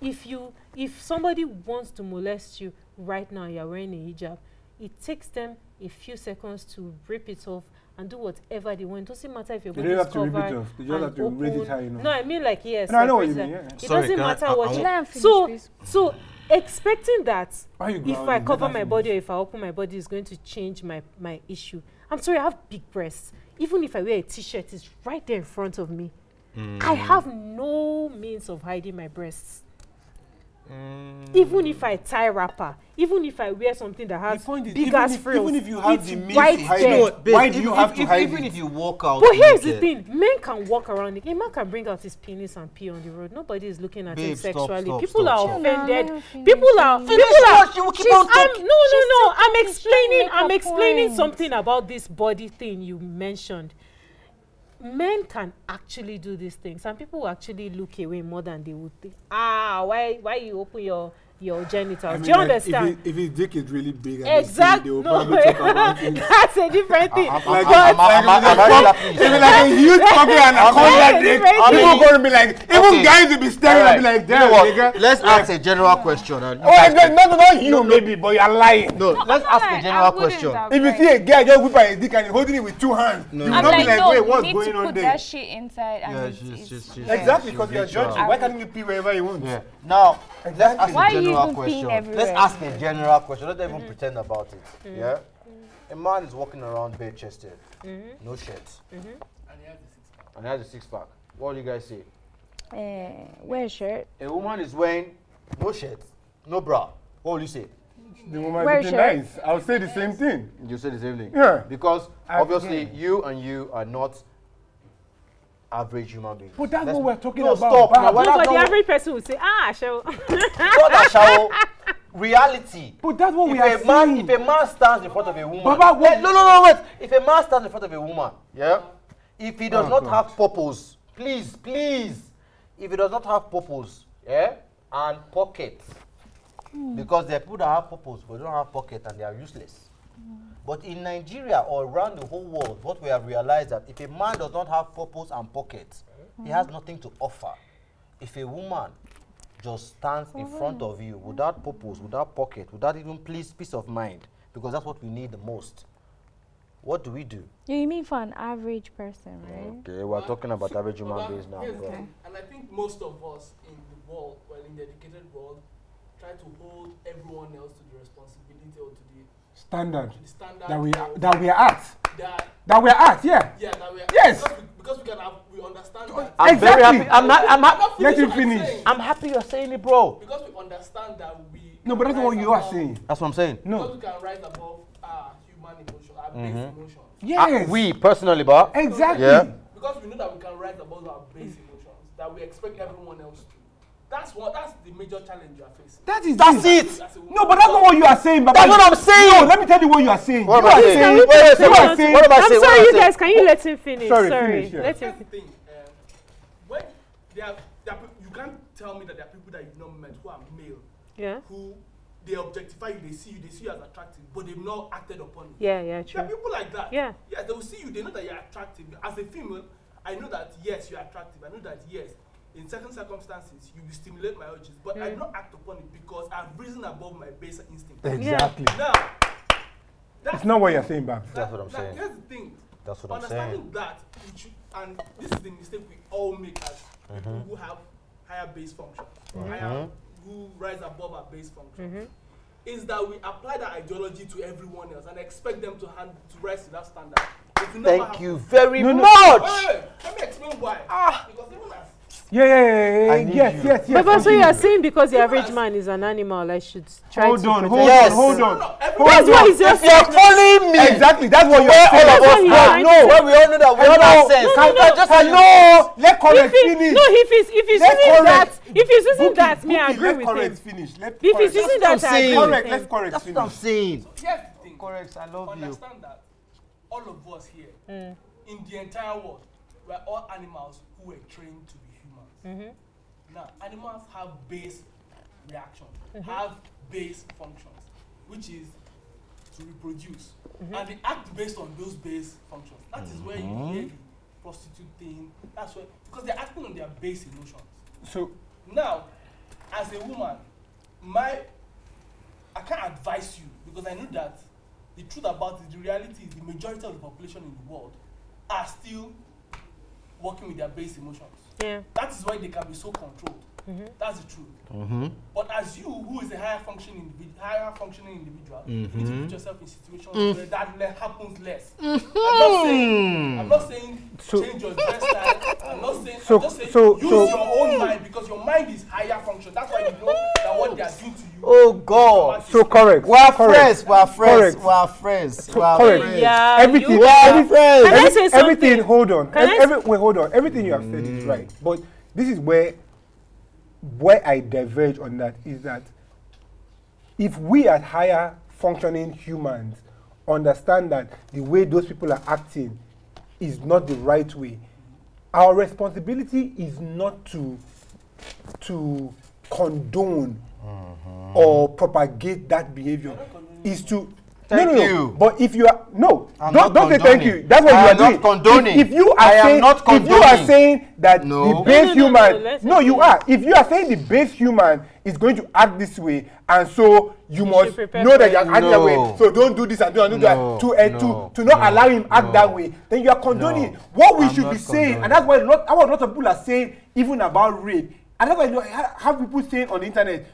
if you if somebody wants to molest you right now, you're wearing a hijab. It takes them a few seconds to rip it off and do whatever they want. It doesn't matter if your They body don't is have to rip it covered off. They just and have to raise it open. high enough. No, I mean like yes. No, I know what you separate mean, them. yeah. It Sorry, doesn't can I- matter I- what. I you- Let am finish, so please. so expecting that Why you if growling? I Let cover her my finish. body or if I open my body is going to change my my issue. I'm sorry, I have big breasts. Even if I wear a t-shirt, it's right there in front of me. Hmm. I have no means of hiding my breasts. Hmm. Even if I tie wrapper, even if I wear something that The has point is, big even ass if- frills, even if you have it's the means right to hide there. it, No, babe, Why do if- you have if- to if- hide Even even it? if you walk out. But here's the thing: men can walk around. naked. A man can bring out his penis and pee on the road. Nobody is looking at him Babe, stop, sexually. stop, People stop, are stop. No, offended. let her People finish. are. Finish People are. what? She will keep She's- on I'm, talking. no, no, no. She's I'm trying to explaining. make I'm her explaining point. something about this body thing you mentioned. Men can actually do these things, and people will actually look away more than they would think. Ah, why? Why you open your your genitals? I mean, Do you like, understand? If, it, if his dick is really big, and they see it, They exactly. will No, probably talk (laughs) about it. that's a different thing. I'm- I'm- I'm- I'm- I'm- I'm- I'm- It'll be like a huge fucking anaconda Alright, dick. alright. People going to be like, even Okay. guys will be staring and be like, You know damn, what? nigga. Let's ask a general question. and you Oh, guys no, can- no, not you, maybe, but you're lying. No, let's I'm ask like, a I general wouldn't question. have If you liked- see a guy just whip out his dick and he's holding it with two hands, you will not I'm like, be like, no, wait, you what's need going to on put there? that shit inside and Yeah, it's, she's- it's, she's- she's- yeah. Exactly, She'll because get you're you judging. out. Why can't you pee wherever you want? Yeah. Now, let's ask Why a are you general even peeing question. Let's everywhere? Mm-hmm. ask a general question. Don't even pretend about it. Yeah? A man is walking around bare chested, Mm-hmm. no shirt, and he has a six pack. What do you guys say? Eh, wear a shirt. A woman is wearing no shirt, no bra. What will you say? The woman Where's is your- nice. I'll say the same thing. You say the same thing. Yeah. Because I- obviously yeah. you and you are not average human beings. But that's Let's- what we're talking no, about. Stop. now, Bab. we're No, not but the (laughs) talking- average person would say, ah, shall (laughs) God has showered reality. But that's what we are If a man, seeing. if a man stands in front of a woman, Baba, what- Hey, no, no, no, wait. If a man stands in front of a woman, yeah, if he does Oh, not God. have purpose, please, please, if he does not have purpose, yeah, and pocket, Hmm. because there are people that have purpose but don't have pocket and they are useless. Hmm. But in Nigeria or around the whole world, what we have realized that if a man does not have purpose and pocket, Hmm. he has nothing to offer. If a woman just stands in front of you without purpose, without pocket, without even please peace of mind, because that's what we need the most. What do we do? Yeah, you mean for an average person, right? Okay, we're talking about average human Baba, beings now. here's the bro. thing, And I think most of us in the world, well, in the educated world, try to hold everyone else to the responsibility or to the, Standard to the standard that we are, of that we are at. that- That we are at, yeah. yeah, that we are, Yes. because we, because we can have, we understand that. I'm very Exactly. happy. I'm not. I'm, I'm ha- not Let finished him what I'm finish. saying. I'm happy you're saying it, bro. Because we understand that we. No, but that's rise what you are above- saying. That's what I'm saying. Because No. we can rise above our human emotion, our base emotion. Ah, Yes. we personally, but Exactly. Yeah. Because we know that we can rise above our base emotions, that we expect everyone else to. That's what. That's the major challenge you are facing. That is that's it. That's a No, but that's not what you are saying, Baba. That's what I'm saying. No, let me tell you what you are saying. What you am I are saying? saying, Wait, wait, you wait, wait, are wait. saying What am I I'm saying? What sorry, am I you saying? guys. Can you let him finish? Sorry, Sorry, finish, yeah. let him. That's the thing. Um, when there are, there are, peop- you can't tell me that there are people that you've not met who are male, Yeah, who they objectify you, they see you, they see you as attractive, but they've not acted upon you. yeah, yeah, There are true. people like that. Yeah. Yeah, they will see you, they know that you're attractive. As a female, I know that yes, you're attractive. I know that yes, in certain circumstances, you will stimulate my urges, but Mm. I don't act upon it because I've risen above my basic instinct. Exactly. now, that's It's not what you're saying, Bab. That's what I'm now, saying. Here's the thing. That's what I'm Understanding saying. that, it should, and this is the mistake we all make as people Mm-hmm. who have higher base function, higher, who rise above our base function, is that we apply that ideology to everyone else and expect them to hand, to rise to that standard. It will never Thank happen. you very No, no. much. Wait, wait, wait. Let me explain why. Because even as Yeah, yeah, yeah, yeah, I yeah. need Yes, you. yes, yes. But also, continue. you are saying because the Yes. average man is an animal, I should try Oh, Hold to. on, protect hold on, Yes. hold on. no, no, every- Hold That's on. why he's If just. you're calling me, Exactly, that's what you where are all saying. of what us you are, are no, where we all know that we all have Hello, sense. hello, Can I just hello. Let If correct he, finish. no, if he's if he's Let using that, correct. if he's using Bookie, that, me I Bookie, agree let with correct him. finish. Let If correct. he's using what I'm that, I agree saying. with correct, let's him. correct That's what I'm finish. saying. here's the thing. Correct, I love you. Understand that all of us here in the entire world, we're all animals who were trained to be humans. Now, animals have base reactions, have base functions, which is to reproduce. And they act based on those base functions. That is where you hear the prostitute thing. That's where, because they're acting on their base emotions. So, Now, as a woman, my I can't advise you because I know that the truth about it the reality is the majority of the population in the world are still working with their base emotions Yeah. that is why they can be so controlled mm-hmm. that's the truth Mm-hmm. but as you who is a higher functioning individual higher functioning individual mm-hmm. you need to put yourself in situations mm. where that le- happens less mm-hmm. i'm not saying i'm not saying so, So- change your dress style i'm not saying So- i'm just saying so- use so- your own mind because your mind is higher function that's why you know that what they are doing to you Oh God. So correct. We are correct. friends. We are friends. Correct. We are friends. We are correct. friends. Yeah, everything. you- Well, every- friends. every- Can I say something? Everything. Hold on. Can Ev- I s- every, wait, hold on. Everything you have said Mm. is right, but this is where where I diverge on that is that if we as higher functioning humans understand that the way those people are acting is not the right way, our responsibility is not to to condone Mm-hmm. or propagate that behavior. Is to Thank no, no, no. you. But if you are no, I'm don't, not don't say thank condoning. you. That's what I you am are doing. not condoning. If, if you are I am saying, not if you condoning. are saying that No. No, the no, base no, no, human, let's no, you not do are. If you are saying the base human is going to act this way, and so you, should must prepare know for that it. you are acting that No. way. So don't do this and do and do No, that to and no, to to not no, allow him act no. that way. Then you are condoning No, what we I'm should not be saying, condoning. and that's why lot, that's what a lot of people are saying, even about rape. And that's why you ha- have people saying on the internet,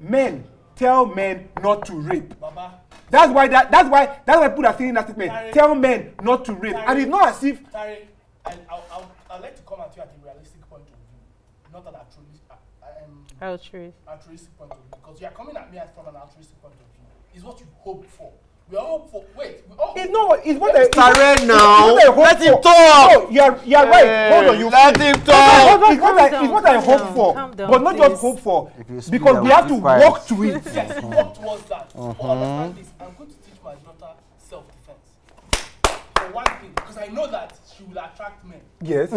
men tell men not to rape. baba That's why that, that's why that's why people are saying that statement. Tari- Tell men not to rape, and it's not as if Tari, I, I, I, I'd like to come at you at a realistic point of view, not an altruistic, um, Altruism. altruistic point of view, because you are coming at me at- from an altruistic point of view. It's what you hope for. We all hope for. Wait, we all. it's not it's not a it's not- Tare it's now. not a hope Let him for- talk. No, you are you are right. Hold on, you Let him talk. It's what, it's what, I, Calm it's what I down, hope calm for, down, but not please. just hope for, If you speak, I because we will have to be fired. walk to it. yes, you work towards that. But Uh-huh. understand this. I'm going to teach my daughter self defense. For one thing, because I know that she will attract men. (laughs) Yes.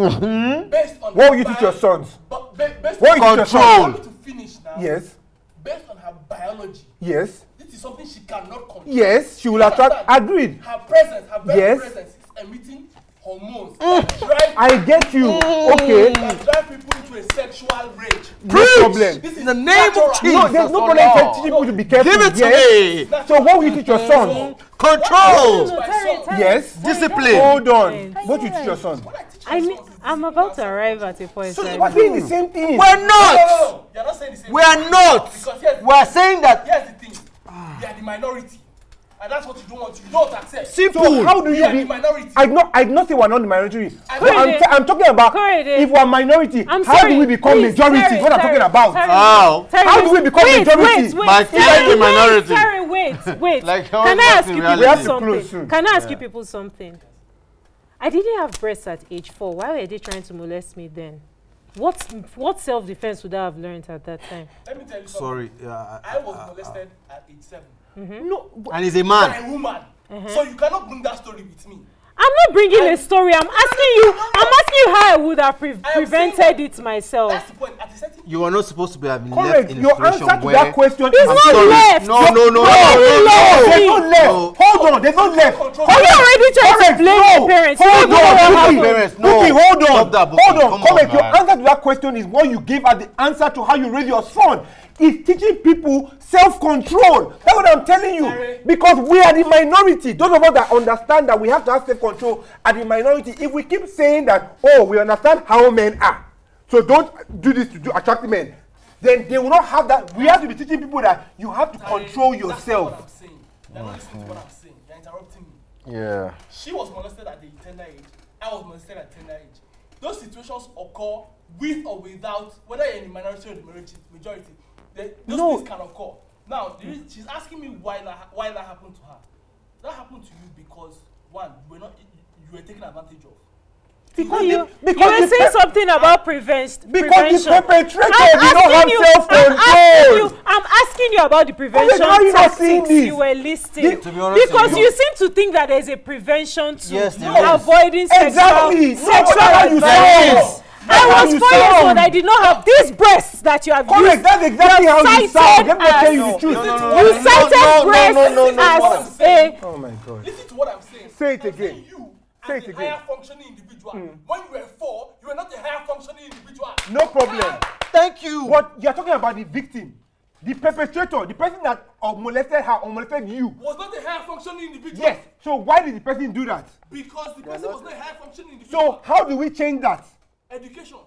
Based on. What will her you teach bio- your sons? But, ba- based What will on you teach your Control. sons? want to finish now. Yes. Based on her biology, Yes. this is something she cannot control. Yes. She will attract. Agreed. her presence her very Yes. Mm. presence is emitting hormones that drive I get you. Mm. Okay. that drive people into a sexual rage No problem. this is In the name of natural. No, Jesus, there's no oh problem in teaching Lord. people to be careful. Give it yes. to me. So what will you teach your Mm. sons? Control. My son, Yes. Discipline. Hold on. What you teach your son? when I teach my I mean, sons this I'm thing, about my to son- arrive at a point. So I you are agree. saying the same thing. We're no, no, not. no, you're not saying the same We thing. are not. because here's, We are saying that. here's the thing Ah. you are the minority and that's what you don't want you don't accept So Simple. how do you you are the be? minority I not I not say we're not the minority. I But I'm, Correct. t- I'm talking about Correct. if we're minority, I'm how sorry. do we become Please, majority? Terry, Is what I'm Terry, talking about. Terry, How? Terry, How do we become wait, majority? Wait, wait, My Terry, friend, the wait, minority. Terry, (laughs) wait, wait. Like, how Can I about ask the you reality? We have people to close something? soon. Can I ask you people something? I didn't have breasts at age four. Why were they trying to molest me then? What what self defense would I have learned at that time? let me tell you something Sorry. uh, I Ah, was molested at age seven And he's a by man. a woman Mm-hmm. so you cannot bring that story with me I'm not bringing a story. I'm asking you. I'm asking you how I would have pre- saying prevented it myself. that's the point at a certain You are not supposed to be having left Correct. in a Your answer situation to where. that question It's is not sorry. left. No, no, no, No, no, no, there's no no, left. Hold on, there's no left. Control. Hold Are you on. already trying to Correct. blame No. your parents? You Hold don't even know what blame on, your happened. parents. Buki. No. Buki, hold Stop on. that, Buki. Hold Come on. Comment. on, Your man. answer to that question is what you gave as the answer to how you raise your son. It's teaching people self-control. That's what I'm telling you. Because we are the minority. Those of us that understand that we have to have self-control are the minority. If we keep saying that, oh, we understand how men are, so don't do this to do attract men, then they will not have that. We have to be teaching people that you have to control That's what I'm yourself. Oh saying. You're not listening to what I'm saying. You're interrupting me. Yeah. She was molested at the tender age. I was molested at tender age. Those situations occur with or without, whether you're in the minority or the majority. majority. They, those No. things can occur. Now, the reason, she's asking me why that, ha- why that happened to her. That happened to you because, one, you were, not, you were taken advantage of. Because you, the- because you were the saying pe- something about prevention. Because the prevention. perpetrator did not have I'm asking self-control. you. I'm asking you about the prevention how are you not seeing tactics you this? were listing. Yeah, to be honest because with you, you- seem to think that there's a prevention to Yes, there is. avoiding sexual Exactly. No, sexual that's how you advantage. sound. That's how I was you four years old. sound. I did not have these breasts that you have Correct. used. That's exactly how you cited sound. Let me tell you as- the truth. No, no, no, You no, no, cited no, no, breasts no, no, no, no. as a Oh my god. Listen to what I'm saying. Say it I'm again. saying You, Say as it a again. Hmm. higher functioning individual, when you were four, you were not a higher functioning individual. No problem. Thank you. But you're talking about the victim. the perpetrator the person that uh, molested her or molested you was not a high functioning individual. yes so why did the person do that Because the person was not a high functioning individual. so how do we change that education.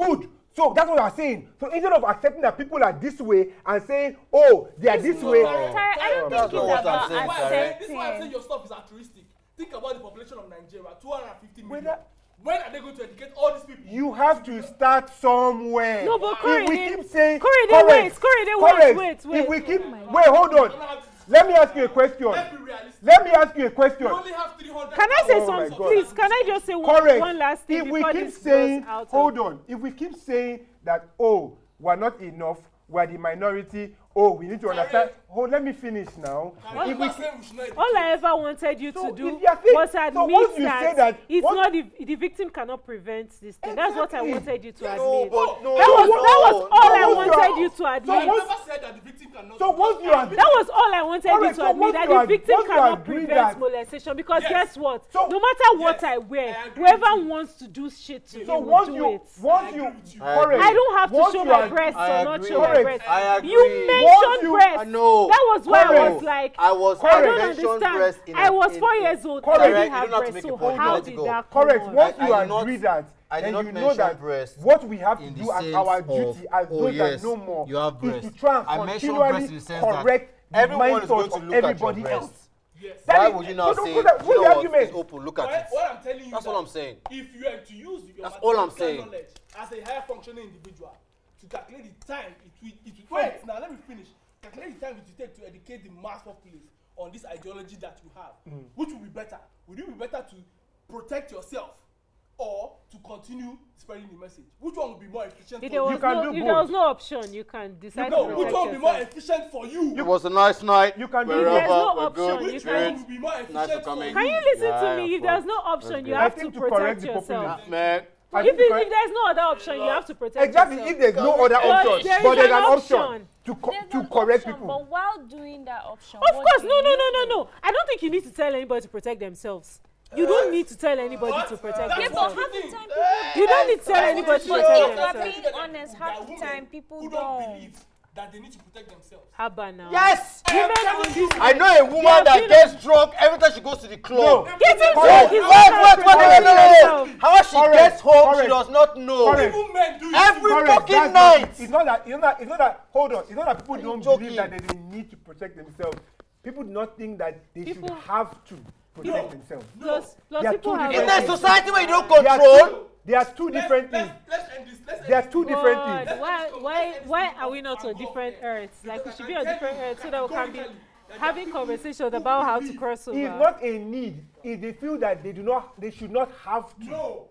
good so that's what i'm saying so instead of accepting that people are this way and saying oh they are this way Tara, I don't That's think not it's what I'm about Why I say, this is why I'm saying accepting. your stuff is altruistic. Think about the population of Nigeria, 250 million. Whether- When are they going to educate all these people? you have to start somewhere No, but if we Korede- keep saying Korede, correct wait, Korede, correct wait, wait, if wait. we keep wait hold I'm on not having- let me ask you a question Oh Let's be realistic. let me ask you a question We only have 300. Can I say Oh my something, God. please? Can I just say one, correct one last thing if we before keep this saying goes out? hold on if we keep saying that oh we are not enough we are the minority oh we need to understand oh let me finish now Can if we we, say we should not educate? All I ever wanted you So to do if you are saying- was so admit once you say that, that- it's once- not the, the victim cannot prevent this thing. That's what I Exactly. wanted you to admit. No, but no, that was no, that was all no, I no, wanted no. you to I admit. never said that the victim cannot. so once you are that was all I wanted Alright, you to so admit once that you the ag- victim once you cannot agree prevent that- molestation because Yes. guess what? So- no matter what Yes, I wear, I agree whoever with you. wants to do shit to so me once will do you it. once I you agree with you. correct I don't have to once show you my ag- breasts I or not agree. show my Correct. breasts. I agree. You Once mentioned you- breasts. No. That was why I Correct. was like, I was I Correct. don't I mentioned understand. breast in I a- was in- four years old. Correct. I Correct. didn't You have don't have to breasts. make a So point. how Let it did go. that come correct on? I- I once you did not- agree that I did then not you know mention that breast what we have to in do the as sense our of, duty as oh, those yes, that know more you have is to breast. try and I mentioned breast continually in the sense that correct the Everyone is mindset going to of look at your everybody breast. else Yes. That Why is- would you now so don't say, put that- put you the know what, argument. it's open, look at What, it. what I'm telling you. That's is all that I'm saying. If you are to use your That's all I'm mathematical saying. knowledge as a high functioning individual to calculate the time it will, it will wait now let me finish calculate the time it will take to educate the mass populace on this ideology that you have mm. which will be better would it be better to protect yourself or to continue spreading the message which one will be more efficient If for there you was can no, do if both. there was no option, you can decide no to which protect one will be more yourself. efficient for you, It was a nice night. You can do- Wherever There's no we're option. going, You which great. one will be more efficient Nice to for come in. Can you listen Yeah, to me? If of course. there's no option, you I have to think to correct protect the populace. yourself. Man, I If, think it, correct- if there's no other option, you have to protect exactly yourself. if there's no other But option there is but there's an an option option. to co There's to an correct option, people But while doing that option, Of what course, do no, no, you no, no, do? no. I don't think you need to tell anybody to protect themselves. You don't need to tell anybody to protect Yeah, but themselves. half the time You don't need to tell people anybody to But protect if we're themselves. being honest, half the time people who don't don't. believe that they need to protect themselves Abba now. yes. Women in this I know a woman Yeah, that you know- gets drunk every time she goes to the club. Getting Wait, drunk wait, is wait, not wait, wait, wait, protecting wait. yourself. How she Correct. gets home, she Correct. does not know. Correct. even men do it Every too. correct fucking that's night. not it. it's not that it's not that it's not that hold on it's not that people you don't joking? believe that they need to protect themselves people do not think that they should People- have to protect No. themselves Plus, There are plus people two have In different a Correct. society where you don't There are control, two- there are two different let's, things Let's, let's end this. Let's end there are this. two different things God, why, why, why are we not on different earths? Like we should be on different earths so that we can be having conversations about how to cross It's over. not a need. If they feel that they do not, they should not have to. No.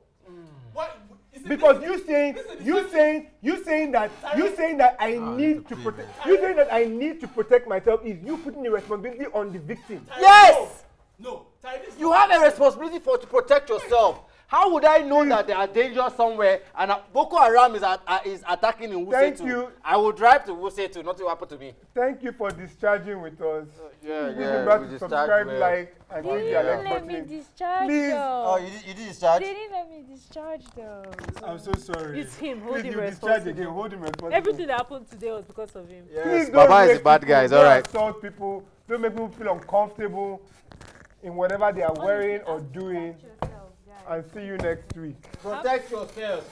What? Is it Because you saying, Listen, you listen. saying, you saying that, you saying that I Ah, need to protect, you saying that I need to protect myself is you putting the responsibility on the victim. yes, No. Tari, this is you not- have a responsibility for to protect yourself. How would I know that there are dangers somewhere and uh, Boko Haram is, at, uh, is attacking in Thank Wuse you. I will drive to Wuse too. Nothing will happen to me. Thank you for discharging with us. yeah, Please yeah, remember we to discharge subscribe, well. like, and They hit didn't the alert let me button. discharge Please. Oh, though. Oh, you, you did They discharge? didn't let me discharge though. I'm so sorry. It's him Please, holding you discharge again. responsibility. Hold him responsible. Everything that happened today was because of him. Please Yes, don't Baba is make a bad people- guy. It's don't all right. Insult people. Don't make people feel uncomfortable in whatever they are wearing or doing. And see you next week. Protect yourself.